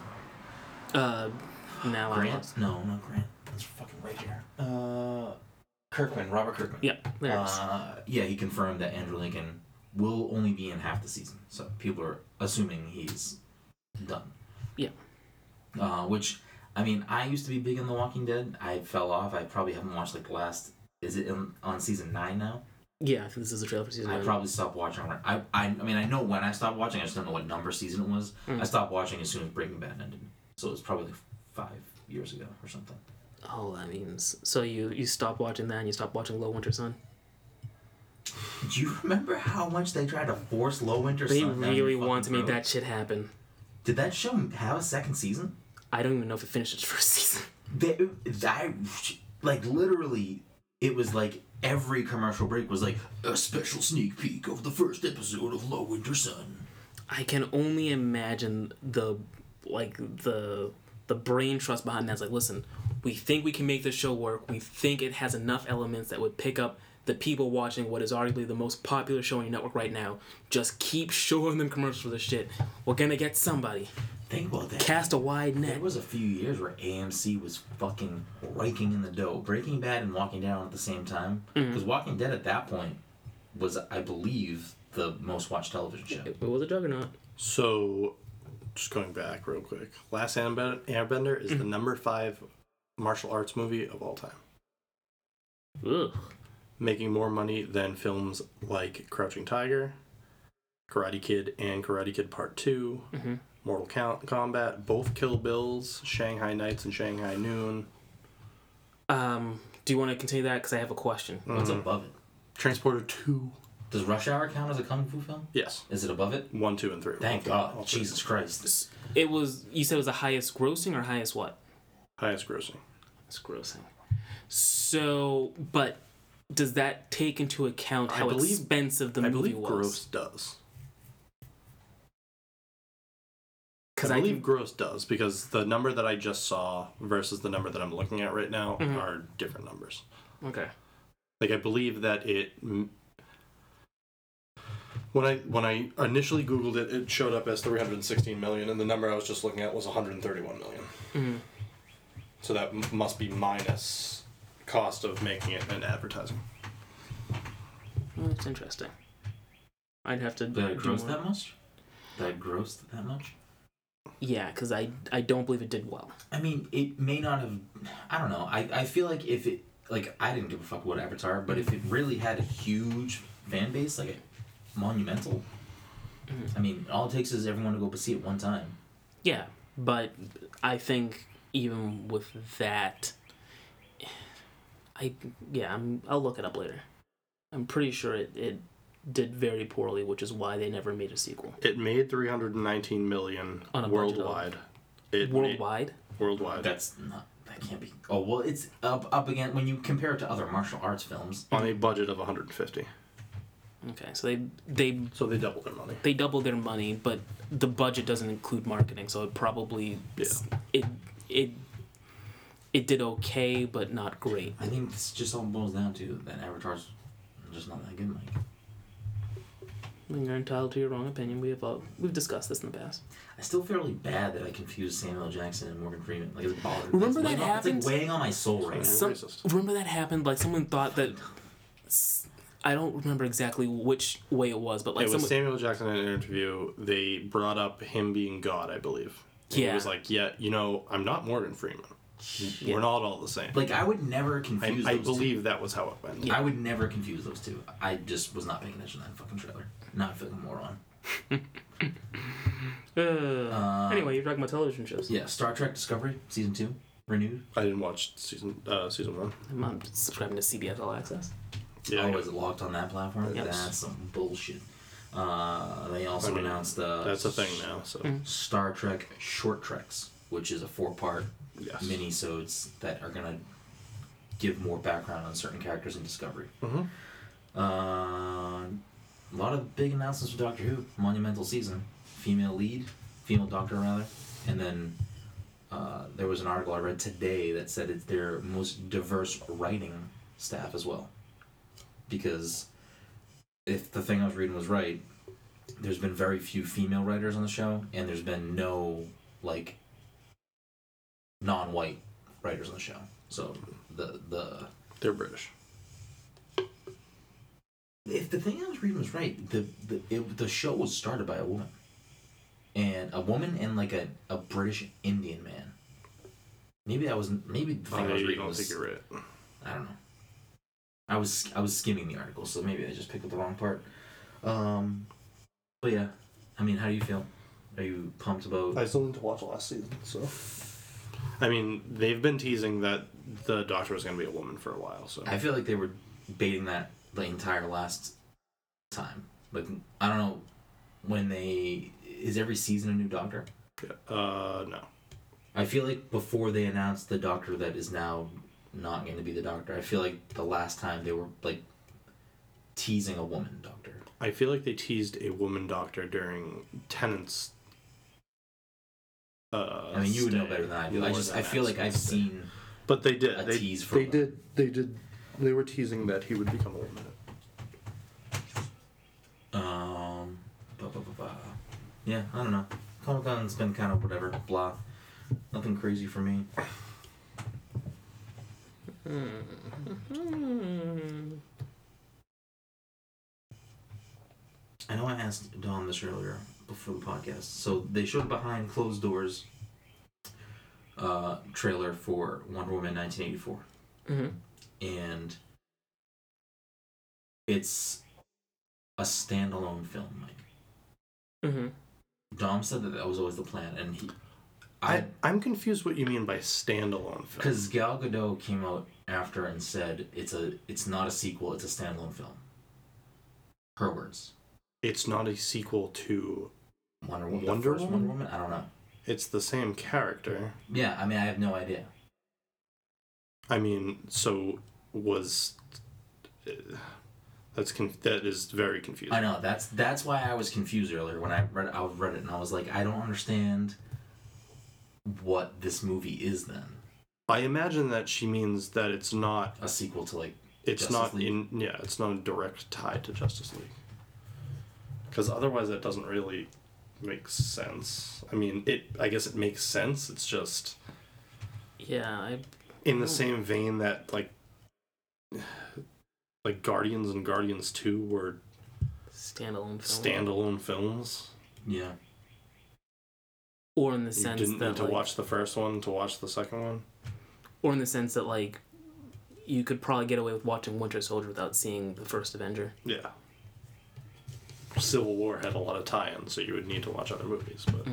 S2: Uh, now I
S1: Grant?
S2: lost.
S1: No, not Grant. That's fucking right here. Uh, Kirkman. Robert Kirkman.
S2: Yeah, there it is.
S1: Uh, yeah, he confirmed that Andrew Lincoln will only be in half the season, so people are assuming he's done.
S2: Yeah.
S1: Uh, which, I mean, I used to be big on The Walking Dead. I fell off. I probably haven't watched like the last. Is it in, on season nine now?
S2: Yeah, I think this is the trailer for season
S1: I
S2: nine.
S1: probably stopped watching. when- I, I I mean, I know when I stopped watching. I just don't know what number season it was.
S2: Mm.
S1: I stopped watching as soon as Breaking Bad ended, so it was probably like five years ago or something.
S2: oh, that means so you you stop watching that and you stop watching Low Winter Sun.
S1: Do you remember how much they tried to force Low Winter
S2: They
S1: Sun? down your
S2: really
S1: fucking
S2: want to make
S1: throat?
S2: that shit happen.
S1: Did that show have a second season?
S2: I don't even know if it finished its (laughs) first season.
S1: They, I, like literally, it was like every commercial break was like a special sneak peek of the first episode of Low Winter Sun.
S2: I can only imagine the like the the brain trust behind that's like, listen, we think we can make this show work. We think it has enough elements that would pick up the people watching what is arguably the most popular show on your network right now. Just keep (laughs) showing them commercials for this shit. We're gonna get somebody.
S1: Think about that.
S2: Cast a wide
S1: there
S2: net.
S1: was a few years where AMC was fucking raking in the dough. Breaking Bad and Walking Dead on at the same time.
S2: Mm-hmm. Mm.
S1: Because Walking Dead at that point was, I believe, the most watched television show.
S2: It was a juggernaut.
S3: So, just going back real quick. Last Airben- Airbender is the
S2: Mm-hmm.
S3: number five martial arts movie of all time,
S2: Ugh.
S3: making more money than films like Crouching Tiger, Karate Kid, and Karate Kid Part 2,
S2: Mhm.
S3: Mortal Ko- Kombat, both Kill Bills, Shanghai Nights, and Shanghai Noon.
S2: Um, do you want to continue that? Because I have a question.
S3: Mm-hmm.
S1: What's above it?
S3: Transporter 2.
S1: Does Rush Hour count as a kung fu film?
S3: Yes.
S1: Is it above it?
S3: 1, 2, and 3.
S1: Thank
S3: Okay, all
S1: God.
S3: three.
S1: Jesus Christ.
S2: It was. You said it was the highest grossing or highest what?
S3: Highest grossing.
S2: It's grossing. So, but does that take into account
S3: I
S2: how
S3: believe-
S2: expensive the
S3: I
S2: movie
S3: believe
S2: was?
S3: Gross does.
S2: Because
S3: I,
S2: I,
S3: believe
S2: can-
S3: gross does because the number that I just saw versus the number that I'm looking at right now
S2: Mhm.
S3: are different numbers.
S2: okay.
S3: Like I believe that it m- when I when I initially googled it, it showed up as 316 million, and the number I was just looking at was 131 million.
S2: Mhm.
S3: So that m- must be minus cost of making it and advertising.
S2: Well, that's interesting. I'd have to.
S1: Did I
S2: do
S1: gross
S2: more-
S1: that much? Did I gross that much?
S2: Yeah, because I I don't believe it did well.
S1: I mean, it may not have. I don't know. I, I feel like if it. Like, I didn't give a fuck about Avatar, but if it really had a huge fan base, like a monumental. I mean, all it takes is everyone to go see it one time.
S2: Yeah, but I think even with that, I yeah I'm I'll look it up later. I'm pretty sure it, it did very poorly, which is why they never made a sequel
S3: It made 319 million
S2: On a budget of-
S3: worldwide. It ma-
S2: worldwide.
S3: worldwide.
S1: That's not. That can't be. Oh, well, it's up, up again. When you compare it to other martial arts films,
S3: on a budget of 150.
S2: Okay, so they they
S3: So they doubled their money.
S2: they double their money, but the budget doesn't include marketing, so it probably
S3: Yeah.
S2: it it it did okay, but not great.
S1: I think this just all boils down to that Avatar's just not that good, Mike.
S2: I mean, You're entitled to your wrong opinion. We have all, we've discussed this in the past.
S1: I still feel really bad that I confused Samuel L. Jackson and Morgan Freeman. Like it's bothering.
S2: Remember
S1: it's
S2: that
S1: weighing on-
S2: happened?
S1: It's like weighing on my soul right now.
S2: Some,
S3: racist.
S2: remember that happened? Like someone thought that. s- I don't remember exactly which way it was, but like
S3: it
S2: someone.
S3: was Samuel Jackson in an interview. They brought up him being God, I believe. And
S2: Yeah.
S3: He was like, yeah, you know, I'm not Morgan Freeman. We're not all the same.
S1: Like I would never
S3: I,
S1: confuse.
S3: I
S1: those two.
S3: believe that was how it went.
S1: I would never confuse those two. I just was not paying attention to that fucking trailer. Not fucking moron.
S2: Uh, anyway, you're talking about television shows.
S1: Yeah, Star Trek Discovery season two renewed.
S3: I didn't watch season uh, season one.
S2: I'm not subscribing to CBS All Access.
S3: Yeah,
S1: Always locked on that platform.
S2: Yes.
S1: That's some bullshit. Uh, they also
S3: I mean,
S1: announced uh,
S3: that's a thing now. So
S1: Mm-hmm. Star Trek Short Treks, which is a four-part
S3: Yes.
S1: mini-sodes that are gonna give more background on certain characters in Discovery.
S3: Mm-hmm.
S1: Uh, a lot of big announcements for Doctor Who. Monumental season, female lead, female doctor rather, and then uh, there was an article I read today that said it's their most diverse writing staff as well, because if the thing I was reading was right, there's been very few female writers on the show, and there's been no like non-white writers on the show. So the the
S3: they're British.
S1: if the thing I was reading was right, the the it, the show was started by a woman, and a woman and like a, a British Indian man. Maybe that was maybe the
S3: I,
S1: thing I, was reading
S3: don't
S1: was
S3: think you're right.
S1: I don't know. I was I was skimming the article, so maybe I just picked up the wrong part. Um, but yeah, I mean, how do you feel? Are you pumped about?
S3: I still need to watch last season. So, I mean, they've been teasing that the Doctor was going to be a woman for a while. So
S1: I feel like they were baiting that the entire last time. Like I don't know when they is every season a new Doctor.
S3: uh, no,
S1: I feel like before they announced the doctor that is now not going to be the doctor, I feel like the last time they were like teasing a woman doctor.
S3: I feel like they teased a woman doctor during Tennant's. Uh,
S1: I mean, you would know
S3: stay
S1: better than I do. I
S3: more
S1: just
S3: than
S1: I feel like I've
S3: Maxim's stay.
S1: seen
S3: But they did.
S1: a
S3: they
S1: tease for
S3: they
S1: them.
S3: did. They did. They were teasing that he would become a woman.
S1: um ba, ba, ba, ba. yeah, I don't know. Comic Con's been kind of whatever, blah. Nothing crazy for me.
S2: Mm-hmm.
S1: I know I asked Don this earlier before the podcast. So they showed behind closed doors uh, trailer for Wonder Woman 1984,
S2: Mm-hmm.
S1: and it's a standalone film. Like
S2: Mm-hmm.
S1: Dom said that that was always the plan, and he,
S3: I
S1: I,
S3: I'm confused what you mean by standalone film.
S1: because Gal Gadot came out after and said it's a it's not a sequel, it's a standalone film. Her words.
S3: It's not a sequel to.
S1: Wonder Woman.
S3: Wonder
S1: the first
S3: Woman?
S1: Wonder Woman. I don't know.
S3: It's the same character.
S1: Yeah, I mean, I have no idea.
S3: I mean, so was. uh, That's conf- that is very confusing.
S1: I know that's that's why I was confused earlier when I read I read it and I was like I don't understand what this movie is then
S3: I imagine that she means that it's not
S1: a sequel to like
S3: it's
S1: Justice
S3: not
S1: League.
S3: in yeah it's not a direct tie to Justice League because otherwise that doesn't really make sense. I mean it I guess it makes sense. It's just
S2: Yeah, I
S3: in the same vein that like (sighs) like Guardians and Guardians Two were
S2: standalone film.
S3: standalone films.
S1: yeah
S2: Or in the
S3: You
S2: sense
S3: didn't
S2: that
S3: need to
S2: like,
S3: watch the first one to watch the second one.
S2: or in the sense that like you could probably get away with watching Winter Soldier without seeing the first Avenger.
S3: Yeah. Civil War had a lot of tie-ins, so you would need to watch other movies, but.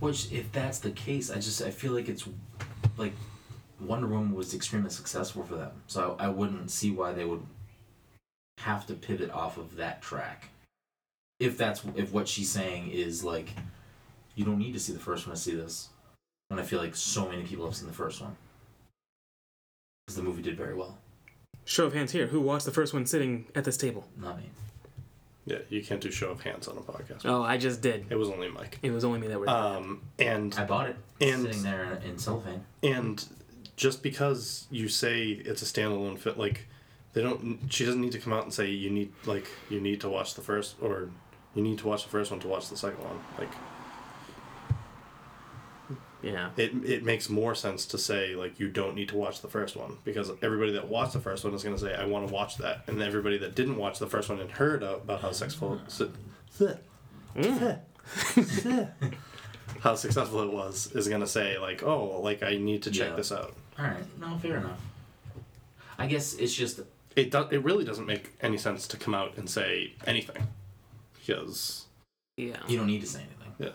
S1: which if that's the case I just I feel like it's like Wonder Woman was extremely successful for them so I, I wouldn't see why they would have to pivot off of that track if that's if what she's saying is like you don't need to see the first one to see this when I feel like so many people have seen the first one because the movie did very well
S2: Show of hands here, who watched the first one sitting at this table?
S1: not me.
S3: Yeah, you can't do show of hands on a podcast.
S2: Oh, I just did.
S3: It was only Mike. Uh,
S2: It was only me that were
S3: Um, and
S1: I bought it
S3: And-
S1: sitting there in cellophane.
S3: and just because you say it's a standalone fit, like they don't. She doesn't need to come out and say you need like you need to watch the first or you need to watch the first one to watch the second one. Like (laughs)
S2: Yeah.
S3: it, it makes more sense to say like you don't need to watch the first one because everybody that watched the first one is going to say I want to watch that, and everybody that didn't watch the first one and heard about how successful (laughs) how successful it was is going to say like oh like I need to check
S1: Yeah.
S3: this out.
S1: All right. No, fair enough. I guess it's just
S3: It do- it really doesn't make any sense to come out and say anything because
S2: Yeah.
S1: you don't need to say anything.
S3: yeah.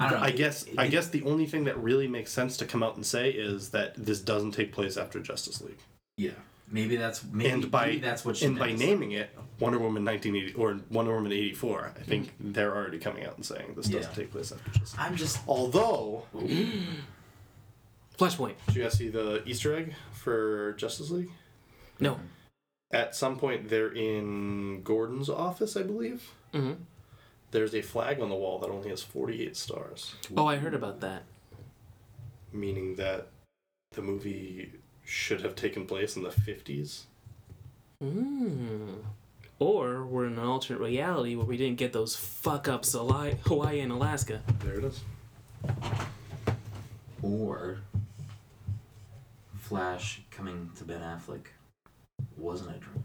S1: I don't know.
S3: I guess
S1: It-
S3: I
S1: it-
S3: guess the only thing that really makes sense to come out and say is that this doesn't take place after Justice League.
S1: Yeah. Maybe that's maybe,
S3: and by
S1: maybe that's what she
S3: and by
S1: meant.
S3: naming it Wonder Woman 1980 or Wonder Woman 84, I think they're already coming out and saying this
S1: Yeah.
S3: doesn't take place after Justice. League.
S1: I'm just
S3: Although,
S2: (gasps) Flashpoint.
S3: did you guys see the Easter egg for Justice League?
S2: (gasps) No.
S3: At some point, they're in Gordon's office, I believe.
S2: hmm
S3: There's a flag on the wall that only has 48 stars,
S2: Oh, I heard about that.
S3: meaning that the movie should have taken place in the 50s.
S2: Mm. Or we're in an alternate reality where we didn't get those fuck ups Ali- Hawaii and Alaska.
S3: There it is.
S1: or Flash coming to Ben Affleck wasn't a dream.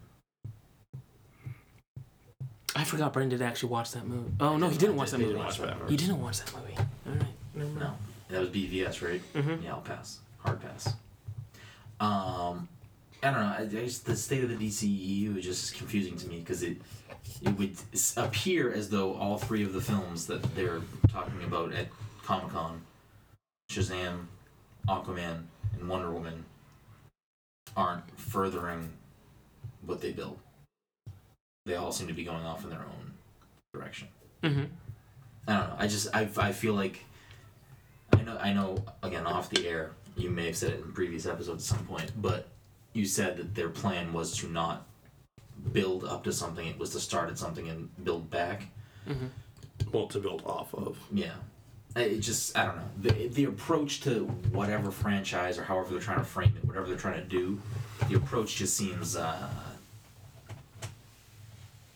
S2: I forgot Brendan did actually watch that movie. Oh no, he didn't watch that
S1: He
S2: movie.
S1: didn't watch that
S2: He didn't watch that movie. All right. Never mind.
S1: No, that was BVS, right?
S2: Mhm.
S1: Yeah, I'll pass. Hard pass. Um, I don't know. I, I just, the state of the DCEU is just confusing to me because it it would s- appear as though all three of the films that they're talking about at Comic Con, Shazam, Aquaman, and Wonder Woman, aren't furthering what they build. They all seem to be going off in their own direction.
S2: Mhm.
S1: I don't know. I just I, I feel like I know I know again off the air. You may have said it in previous episodes at some point, but you said that their plan was to not build up to something. It was to start at something and build back.
S3: Well, to build off of.
S1: Yeah. I- It just I don't know the the approach to whatever franchise or however they're trying to frame it, whatever they're trying to do, the approach just seems uh,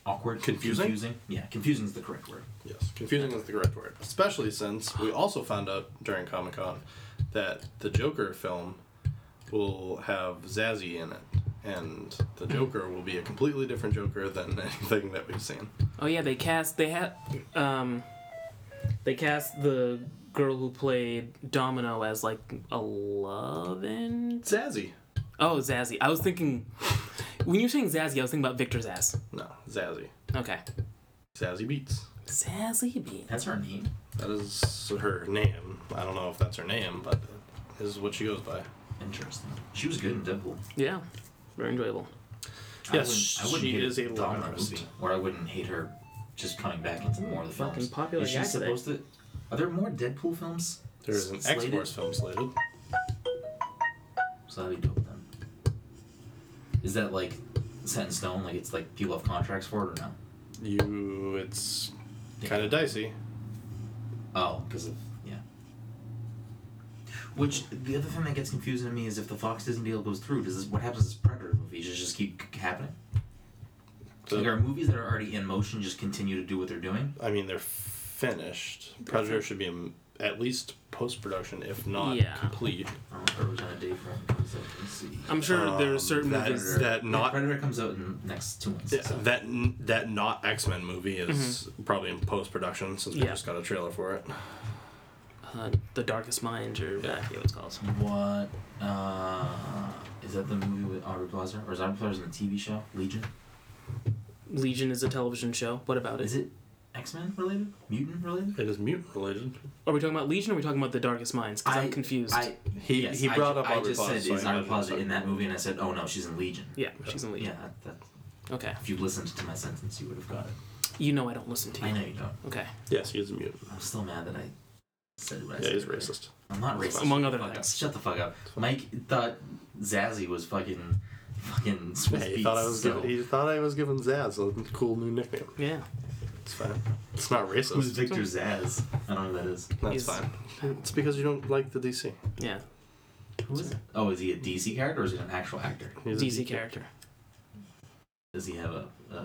S1: awkward,
S3: Confusing?
S1: confusing. Yeah, confusing is the correct word.
S3: Yes, confusing is the correct word, especially since we also found out during Comic Con that the Joker film will have Zazie in it, and the Joker will be a completely different Joker than (laughs) anything that we've seen.
S2: Oh yeah, they cast they had um they cast the girl who played Domino as like eleven.
S3: Zazie?
S2: Oh Zazie, I was thinking when you were saying Zazie, I was thinking about Victor's ass.
S3: No, Zazie.
S2: Okay,
S3: Zazie Beats.
S2: Zazie Beats.
S1: That's our name.
S3: That is her name. I don't know if that's her name, but this is what she goes by.
S1: Interesting. She was good in Deadpool.
S2: Yeah, very enjoyable.
S3: Yes, she
S1: hate
S3: is a
S1: Domino,
S3: Lamarist.
S1: Or I wouldn't hate her just coming back into more of the films.
S2: fucking popular
S1: is she
S2: guy today.
S1: supposed to? Are there more Deadpool films?
S3: There is an
S1: s-
S3: X
S1: slated?
S3: Force film slated.
S1: So that'd be dope then. Is that like set in stone? Like it's like people have contracts for it or no?
S3: You, it's kind of dicey.
S1: Oh, because of yeah. Which the other thing that gets confusing to me is if the Fox Disney deal goes through, does this what happens to this Predator movies? Does it just keep c- happening?
S3: So-
S1: like are movies that are already in motion just continue to do what they're doing?
S3: I mean, they're finished. Predator should be in, at least post production, if not
S2: Yeah.
S3: complete.
S1: I don't know if it was on a day frame. Let me see.
S2: I'm sure
S1: Um,
S2: there are certain
S3: that,
S2: movies.
S3: that
S1: Not
S3: not
S1: Predator comes out in next two months. so.
S3: that that not X Men movie is probably in post production since we
S2: Mm-hmm. Yeah.
S3: just got a trailer for it.
S2: Uh, the Darkest Mind or yeah.
S3: Yeah.
S2: I forget what it's called.
S1: What uh, is that the movie with Aubrey Plaza, or is Aubrey Plaza in the TV show Legion?
S2: Legion is a television show. What about it?
S1: Is it X Men related? Mutant related?
S3: It is mutant related.
S2: Are we talking about Legion or are we talking about The Darkest Minds? Because I'm confused.
S1: I,
S3: He-
S1: yes,
S3: he
S1: I
S3: brought
S1: ju-
S3: up
S1: I
S3: Aubrey
S1: just
S3: Plaza, so
S1: said is
S3: I
S1: Aubrey
S3: imagine
S1: Plaza
S3: it's
S1: in that
S3: something.
S1: movie, and I said, oh no, she's in Legion.
S2: Yeah, she's in Legion.
S1: Yeah, that, that,
S2: Okay.
S1: if you listened to my sentence, you would have got it.
S2: You know I don't listen to you.
S1: I know you don't.
S2: Okay.
S3: Yes, he is a mutant.
S1: I'm still mad that I said what I
S3: Yeah,
S1: said.
S3: he's
S1: earlier.
S3: racist.
S1: I'm not racist.
S2: Among other
S1: Fuck up.
S2: things.
S1: Shut the fuck up. Mike thought Zazie was fucking, fucking Swiss
S3: Hey, he
S1: Beats,
S3: thought I was
S1: so.
S3: giving, he thought I was giving Zaz a cool new nickname.
S2: Yeah.
S3: It's fine. It's not racist.
S1: Who's Victor Zaz? I don't know who that is.
S3: That's
S2: He's-
S3: fine. It's because you don't like the DC.
S2: Yeah.
S1: Who is it? Oh, is he a DC character or is he an actual actor?
S3: He's a
S2: DC
S3: D-
S2: character.
S1: Does he have a, a,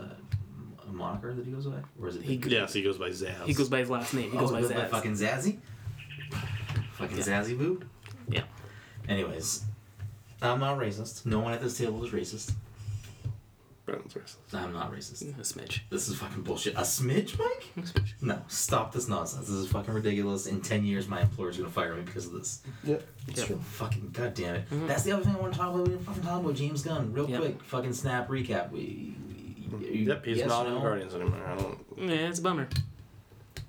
S1: a moniker that he goes by, or is it
S2: He
S1: him?
S3: Yes, he goes by Zaz.
S2: He goes by his last name. He goes
S1: oh,
S2: by
S1: he
S2: his
S1: goes by fucking Zazzy. Fucking
S2: Yeah.
S1: Zazzy boo.
S2: Yeah.
S1: Anyways, I'm not racist. No one at this table is racist.
S3: Brandon's racist.
S1: I'm not racist.
S2: A smidge.
S1: This is fucking bullshit. A smidge, Mike? No, stop this nonsense. This is fucking ridiculous. In 10 years, my employer's gonna fire me because of this.
S4: Yep.
S2: Yep.
S1: Fucking goddamn it.
S2: Mm-hmm.
S1: That's the other thing I want to talk about. We didn't fucking talk about James Gunn real
S2: Yep.
S1: quick. Fucking snap recap. We. we you-
S3: Yep, he's
S1: yes,
S3: not
S1: no?
S3: in Guardians anymore. I don't.
S2: Yeah, it's a bummer.
S1: Do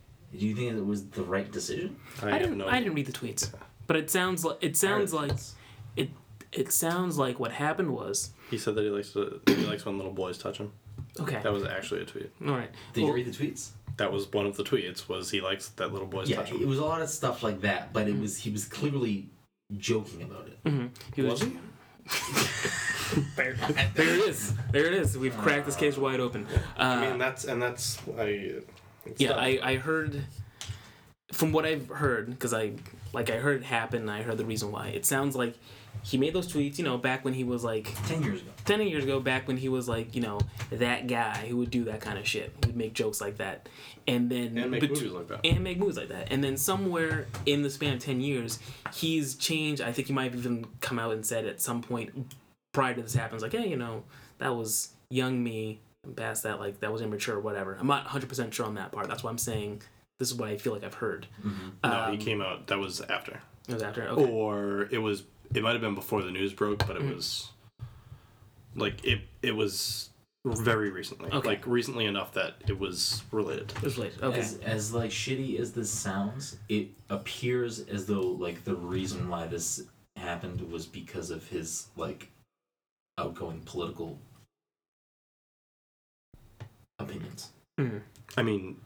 S1: you think it was the right decision?
S3: I,
S2: I,
S3: have
S2: didn't.
S3: no.
S2: I didn't read the tweets, but it sounds like it sounds
S1: Alright.
S2: like it. It sounds like what happened was
S3: He said that he likes to. He likes when little boys touch him.
S2: okay.
S3: That was actually a tweet.
S2: all right.
S1: Did
S2: Well,
S1: you read the tweets?
S3: That was one of the tweets. Was he likes that little boys
S1: Yeah,
S3: touch him?
S1: it was a lot of stuff like that, but
S2: Mm-hmm.
S1: it was he was clearly joking about it.
S2: he was-
S3: Was he?
S2: There, there it is. There it is. We've cracked this case wide open. Uh,
S3: (laughs) I mean, that's and that's I. it's
S2: yeah,
S3: not-
S2: I, I heard from what I've heard because I like I heard it happen. I heard the reason why. It sounds like he made those tweets. You know, back when he was like
S1: Ten years ago.
S2: ten years ago, back when he was like you know that guy who would do that kind of shit, would make jokes like that, and then
S3: and make
S2: bet-
S3: movies like that.
S2: and make movies like that. And then somewhere in the span of 10 years, he's changed. I think he might have even come out and said at some point prior to this happens, like, hey, you know, that was young me. I'm past that, like, that was immature, whatever. I'm not 100% sure on that part. That's why I'm saying this is what I feel like I've heard. Um,
S3: no, he Oh. came out. That was after,
S2: It was after. Okay. Hmm.
S3: or it was. It might have been before the news broke, but it was like it. It was very recently,
S2: Okay.
S3: like recently enough that it was related.
S2: It was late. Okay.
S1: As, as like shitty as this sounds, it appears as though like the reason why this happened was because of his like outgoing political opinions.
S2: Mhm.
S3: I mean,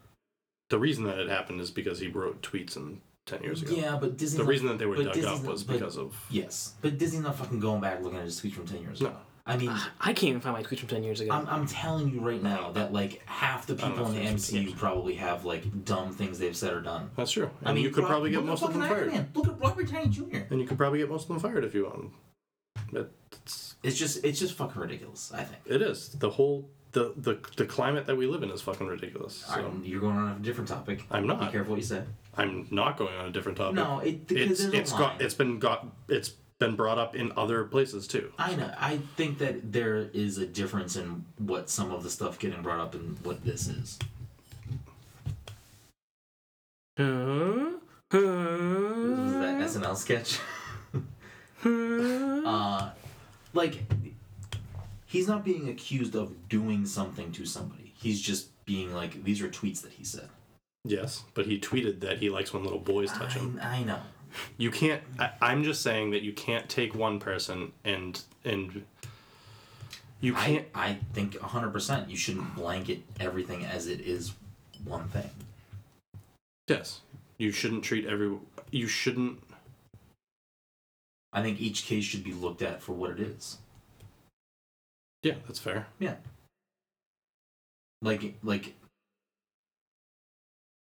S3: the reason that it happened is because he wrote tweets and ten years ago.
S1: Yeah, but Disney.
S3: The reason that they were
S1: but
S3: dug
S1: Disney's
S3: up
S1: not-
S3: was
S1: but-
S3: because of
S1: Yes, but Disney's not fucking going back looking at his tweets from ten years ago.
S3: No.
S1: I mean,
S2: Ah, I can't even find my tweet from 10 years ago.
S1: I'm, I'm telling you right now that like half the
S3: don't know
S1: people in
S3: if
S1: the
S3: there's some
S1: MCU probably have like dumb things they've said or done.
S3: that's true. And
S1: I mean,
S3: you could
S1: Rob-
S3: probably get
S1: look at
S3: most of them
S1: fucking Iron
S3: fired.
S1: Man. Look at Robert Downey Jr.
S3: And you could probably get most of them fired if you want. But it's,
S1: It's just it's just fucking ridiculous. I think.
S3: it is the whole the, the the climate that we live in is fucking ridiculous. So
S1: Alright, you're going on a different topic.
S3: I'm not.
S1: Be careful what you say.
S3: I'm not going on a different topic.
S1: No, it because
S3: it's
S1: there's
S3: it's
S1: a line.
S3: got it's been got it's been brought up in other places too.
S1: I know. I think that there is a difference in what some of the stuff getting brought up and what this is.
S2: Huh? Huh?
S1: This is that SNL sketch.
S2: Huh?
S1: uh, like he's not being accused of doing something to somebody. He's just being like these are tweets that he said.
S3: Yes, but he tweeted that he likes when little boys touch him.
S1: I, I know.
S3: You can't. I, I'm just saying that you can't take one person and and you
S1: I,
S3: can't.
S1: I think 100% you shouldn't blanket everything as it is one thing.
S3: yes, you shouldn't treat every. You shouldn't.
S1: I think each case should be looked at for what it is.
S3: Yeah, that's fair.
S1: Yeah. Like like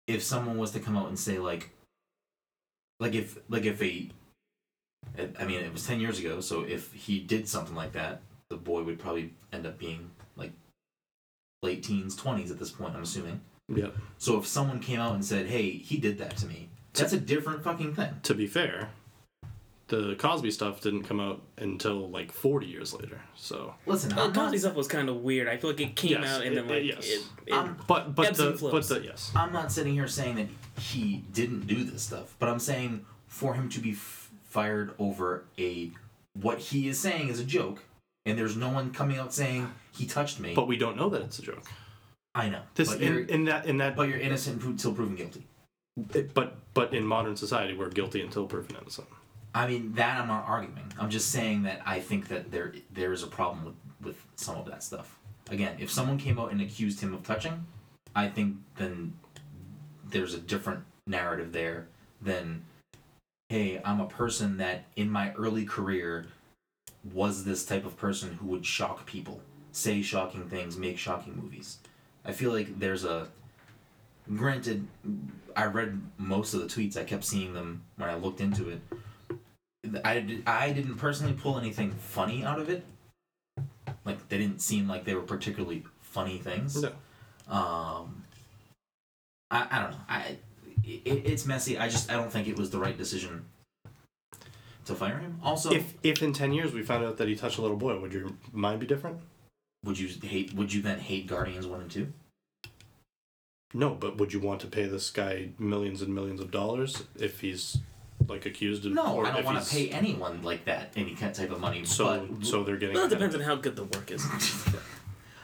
S1: if someone was to come out and say like like if like if a I mean it was 10 years ago, so if he did something like that, the boy would probably end up being like late teens, 20s at this point, I'm assuming.
S3: Yeah.
S1: So if someone came out and said, "Hey, he did that to me." That's a different fucking thing.
S3: To be fair, the Cosby stuff didn't come out until like 40 years later. So,
S1: Listen,
S2: Uh,
S1: I'm not,
S2: Cosby stuff was kind of weird. I feel like it came
S3: Yes,
S2: out and
S3: it-
S2: then
S3: it-
S2: like
S3: yes.
S2: it, it-
S1: I'm-
S3: but but
S2: Ebbs and
S3: the but
S2: flows.
S3: the yes.
S1: I'm not sitting here saying that he didn't do this stuff, but I'm saying for him to be f- fired over a what he is saying is a joke, and there's no one coming out saying he touched me.
S3: But we don't know that it's a joke.
S1: I know.
S3: This
S1: but, you're,
S3: in, in that in that
S1: but you're innocent until proven guilty.
S3: but but in modern society we're guilty until proven innocent.
S1: I mean that I'm not arguing. I'm just saying that I think that there there is a problem with with some of that stuff. Again, if someone came out and accused him of touching, I think then there's a different narrative there than hey, I'm a person that in my early career was this type of person who would shock people, say shocking things, make shocking movies. I feel like there's a granted I read most of the tweets. I kept seeing them when I looked into it. I, d- I didn't personally pull anything funny out of it. Like they didn't seem like they were particularly funny things.
S3: No.
S1: Um, I, I don't know. I it, it's messy. I just I don't think it was the right decision to fire him. Also,
S3: If if in ten years we found out that he touched a little boy, would your mind be different?
S1: would you hate? Would you then hate Guardians One and Two?
S3: No, but would you want to pay this guy millions and millions of dollars if he's like accused of?
S1: No,
S3: or
S1: I don't
S3: if
S1: want
S3: he's-
S1: to pay anyone like that any kind type of money.
S3: So
S1: but,
S3: so they're getting.
S2: Well, it
S3: ahead of
S2: depends on how good the work (laughs) is.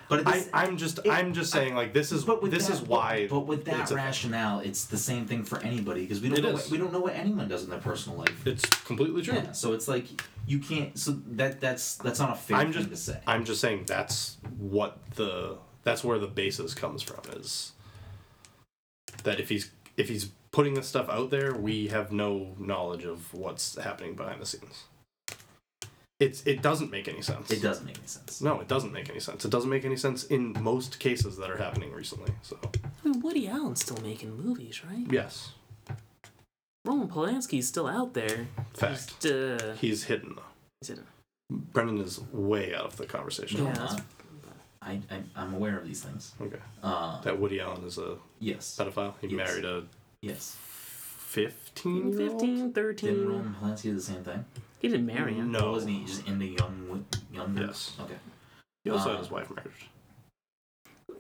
S1: but at
S3: I,
S1: this,
S3: I'm just I'm just saying like this is
S1: but with
S3: this
S1: that-
S3: is why.
S1: But with that
S3: it's a-
S1: rationale, it's the same thing for anybody because we don't
S3: It
S1: know
S3: is.
S1: what, we don't know what anyone does in their personal life.
S3: it's completely true.
S1: Yeah, so it's like you can't. So that that's that's not a fair
S3: I'm
S1: thing
S3: just
S1: to say.
S3: I'm just saying that's what the that's where the basis comes from is that if he's if he's putting this stuff out there, we have no knowledge of what's happening behind the scenes. It's it doesn't make any sense.
S1: it doesn't make any sense.
S3: No, it doesn't make any sense. It doesn't make any sense in most cases that are happening recently. So
S2: I mean, Woody Allen's still making movies, right?
S3: yes,
S2: Roman Polanski's still out there.
S3: fact.
S2: Just, uh,
S3: He's hidden though.
S2: is it-
S3: Brendan is way out of the conversation.
S1: No,
S2: Yeah,
S1: I'm
S2: that's-
S1: not. I, I I'm aware of these things.
S3: Okay.
S1: Uh,
S3: That Woody Allen is a
S1: yes,
S3: pedophile. He
S1: Yes.
S3: married a
S1: yes.
S3: fifteen year old.
S2: 15,
S1: Didn't
S2: 13.
S1: Roman Polanski do the same thing?
S2: He didn't marry him.
S3: No.
S1: Oh, wasn't he just into young wi- young?
S3: Yes.
S1: Okay.
S3: He also
S1: Uh,
S3: had his wife murdered.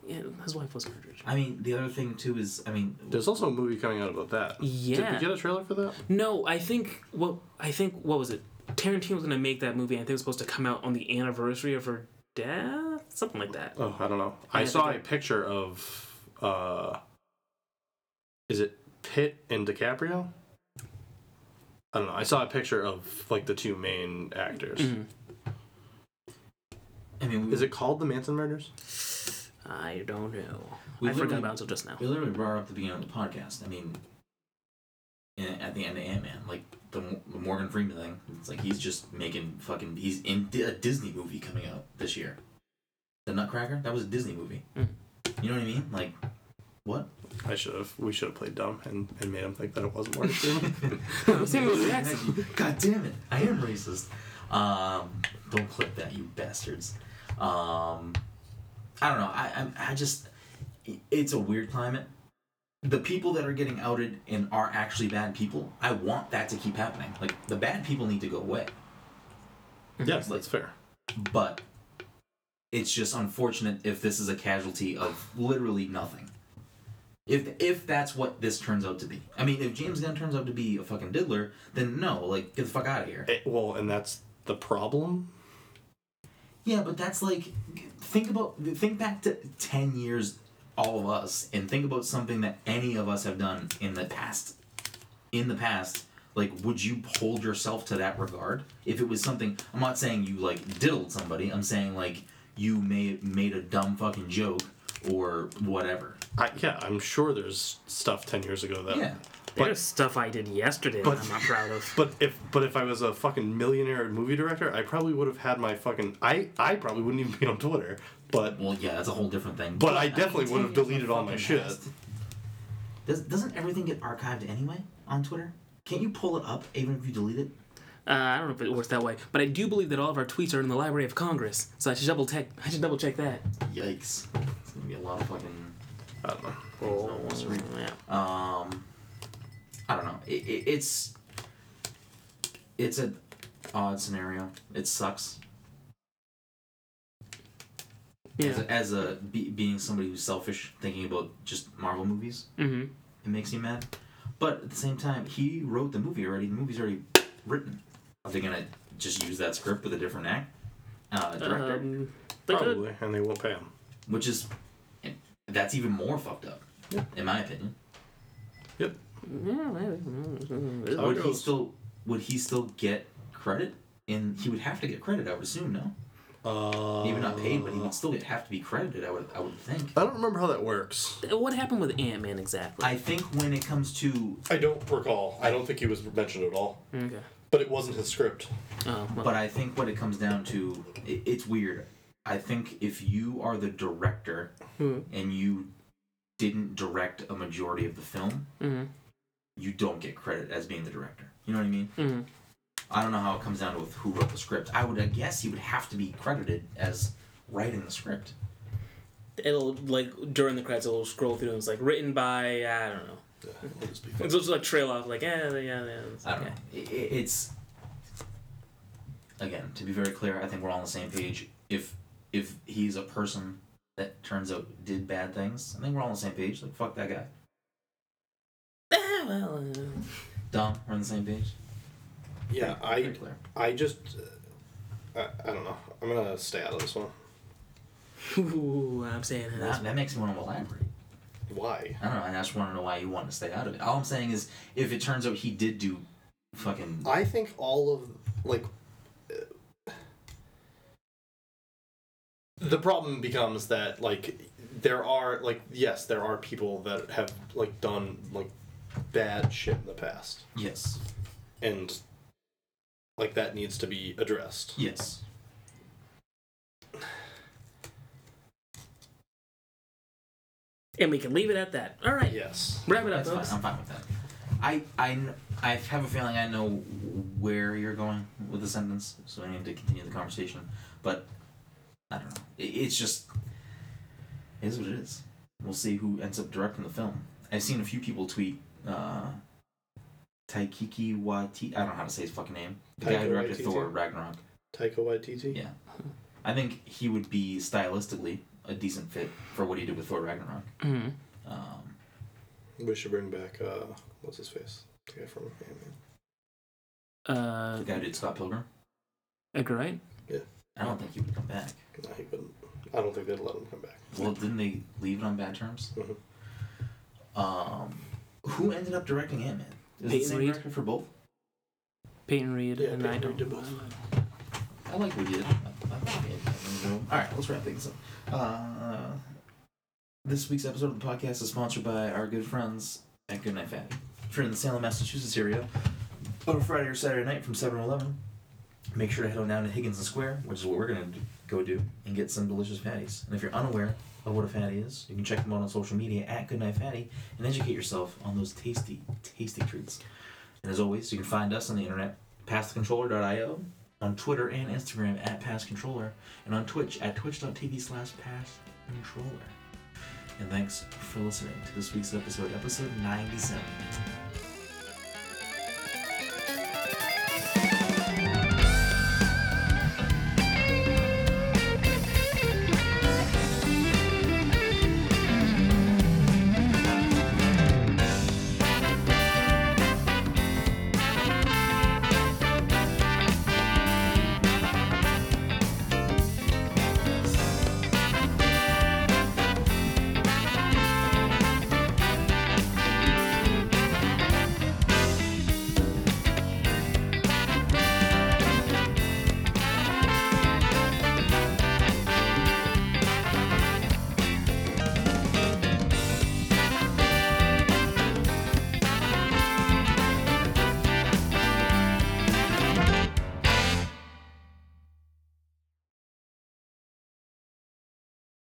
S2: Yeah, his wife was murdered.
S1: I mean, the other thing too is, I mean,
S3: There's also a movie coming out about that. Did
S2: Yeah.
S3: we get a trailer for that?
S2: No, I think what I think what was it? Tarantino was gonna make that movie. I think it was supposed to come out on the anniversary of her death, something like that.
S3: Oh, I don't know.
S2: Yeah,
S3: I
S2: I
S3: saw a
S2: think
S3: picture of uh is it Pitt and DiCaprio? I don't know. I saw a picture of like the two main actors.
S2: Mhm.
S1: I mean, we,
S3: Is it called The Manson Murders?
S2: I don't know.
S1: We
S2: I forgot
S1: literally-
S2: about it until just now.
S1: we literally brought up the beginning of the podcast. I mean, in, at the end of Ant Man, like the, Mo- the Morgan Freeman thing, it's like he's just making fucking. He's in Di- a Disney movie coming out this year. The Nutcracker that was a Disney movie.
S2: Mm.
S1: You know what I mean? Like, what?
S3: I should have. We should have played dumb and, and made him think that it wasn't
S1: (laughs)
S3: Morgan Freeman.
S2: Samuel Jackson.
S1: God damn it! I am racist. Um, don't clip that, you bastards. Um, I don't know. I I'm, I just it's a weird climate. The people that are getting outed and are actually bad people, I want that to keep happening. Like the bad people need to go away,
S3: yes, that's fair.
S1: but it's just unfortunate if this is a casualty of literally nothing. If if that's what this turns out to be, I mean, if James Gunn turns out to be a fucking diddler, then no, like get the fuck out of here.
S3: It- Eh, well, and that's the problem.
S1: Yeah, but that's like think about think back to 10 years all of us and think about something that any of us have done in the past in the past like would you hold yourself to that regard if it was something I'm not saying you like diddled somebody I'm saying like you may made a dumb fucking joke or whatever
S3: I, yeah, I'm sure there's stuff ten years ago that
S1: yeah
S2: There's stuff I did yesterday
S3: but-
S2: that I'm not proud of.
S3: But if but if I was a fucking millionaire movie director, I probably would have had my fucking I I probably wouldn't even be on Twitter. But
S1: well yeah that's a whole different thing
S3: but I definitely
S1: mean,
S3: would have
S1: 10 years
S3: deleted
S1: of
S3: all my
S1: fucking
S3: shit.
S1: past. Does, doesn't everything get archived anyway on Twitter can't you pull it up even if you delete it
S2: Uh, I don't know if it works that way, but I do believe that all of our tweets are in the Library of Congress, so I should double check. I should double check that.
S1: Yikes. It's gonna be a lot of fucking
S3: I don't know.
S1: things no one wants to read.
S2: Yeah.
S1: Um I don't know. It, it, it's it's an odd scenario. It sucks. As
S2: Yeah.
S1: a, as a be, being somebody who's selfish, thinking about just Marvel movies,
S2: Mm-hmm.
S1: it makes me mad. But at the same time, he wrote the movie already. The movie's already written. Are they gonna just use that script with a different act, uh, director?
S2: Um, they could.
S3: Probably, and they won't pay him.
S1: Which is that's even more fucked up, in my opinion.
S2: Yeah, maybe.
S3: How it
S1: would he
S3: goes.
S1: still would he still get credit? And he would have to get credit, I would assume. No,
S3: Uh,
S1: maybe not paid, but he would still get, have to be credited. I would, I would think.
S3: I don't remember how that works.
S2: Uh, What happened with Ant Man exactly?
S1: I think when it comes to,
S3: I don't recall. I don't think he was mentioned at all.
S2: Mm, okay.
S3: But it wasn't his script.
S2: Oh, well,
S1: but I think what it comes down to, it, it's weird. I think if you are the director
S2: Mhm.
S1: and you didn't direct a majority of the film,
S2: Mhm.
S1: you don't get credit as being the director. You know what I mean?
S2: Mhm.
S1: I don't know how it comes down to with who wrote the script. I would I guess he would have to be credited as writing the script.
S2: It'll like during the credits, it'll scroll through. and It's like written by I don't know.
S3: It'll just be
S2: It's just like trail off like eh, yeah yeah. It's
S1: I don't
S2: okay.
S1: know. I- i- it's again to be very clear. I think we're all on the same page. If if he's a person that turns out did bad things, I think we're all on the same page. Like fuck that guy.
S2: Eh, well, uh,
S1: Dom, we're on the same page.
S3: Yeah, I,
S1: Very clear.
S3: I just, uh, I, I don't know. I'm gonna stay out of this one.
S2: (laughs) Ooh, I'm saying
S1: That, that makes me want to elaborate.
S3: Why?
S1: I don't know. I just want to know why you want to stay out of it. All I'm saying is, if it turns out he did do fucking
S3: I think all of like uh, the problem becomes that like there are like yes there are people that have like done like bad shit in the past
S1: yes,
S3: and like that needs to be addressed
S1: yes.
S2: and we can leave it at that. All right,
S3: yes
S2: wrap it up,
S1: That's fine.
S2: folks.
S1: I'm fine with that. I, I, kn- I have a feeling I know where you're going with the sentence, so I need to continue the conversation. But I don't know. It, it's just it is what it is. We'll see who ends up directing the film. I've seen a few people tweet uh, Taikiki Wati. I don't know how to say his fucking name. The guy
S3: Taika
S1: who directed
S3: Waititi?
S1: Thor Ragnarok.
S3: Taika Waititi
S1: Yeah. I think he would be stylistically a decent fit for what he did with Thor Ragnarok.
S2: Mm-hmm.
S1: Um,
S3: we should bring back uh what's his face the guy from Ant-Man.
S2: Uh,
S1: the guy who did Scott Pilgrim.
S2: Edgar Wright.
S1: I don't think he would come back.
S3: no he wouldn't I don't think they'd let him come back
S1: Well, didn't they leave it on bad terms?
S3: Mhm.
S1: Um, who ended up directing Ant Man? Is it the
S2: Peyton
S1: same
S2: Reed.
S1: director for both?
S2: Peyton Reed
S3: Yeah,
S2: and I
S3: Peyton
S2: don't.
S3: Reed did both.
S1: I like what he did. I- I like what he did. All right, let's wrap things up. Uh, this week's episode of the podcast is sponsored by our good friends at Goodnight Fatty. If you're in the Salem, Massachusetts area, on a Friday or Saturday night from 7 to 11, make sure to head on down to Higginson Square, which is what we're going to go do, and get some delicious patties. And if you're unaware of what a fatty is, you can check them out on social media at Goodnight Fatty and educate yourself on those tasty, tasty treats. And as always, you can find us on the internet, pastthecontroller.io, on Twitter and Instagram at PassController, and on Twitch at twitch.tv slash PassController. And thanks for listening to this week's episode, episode 97.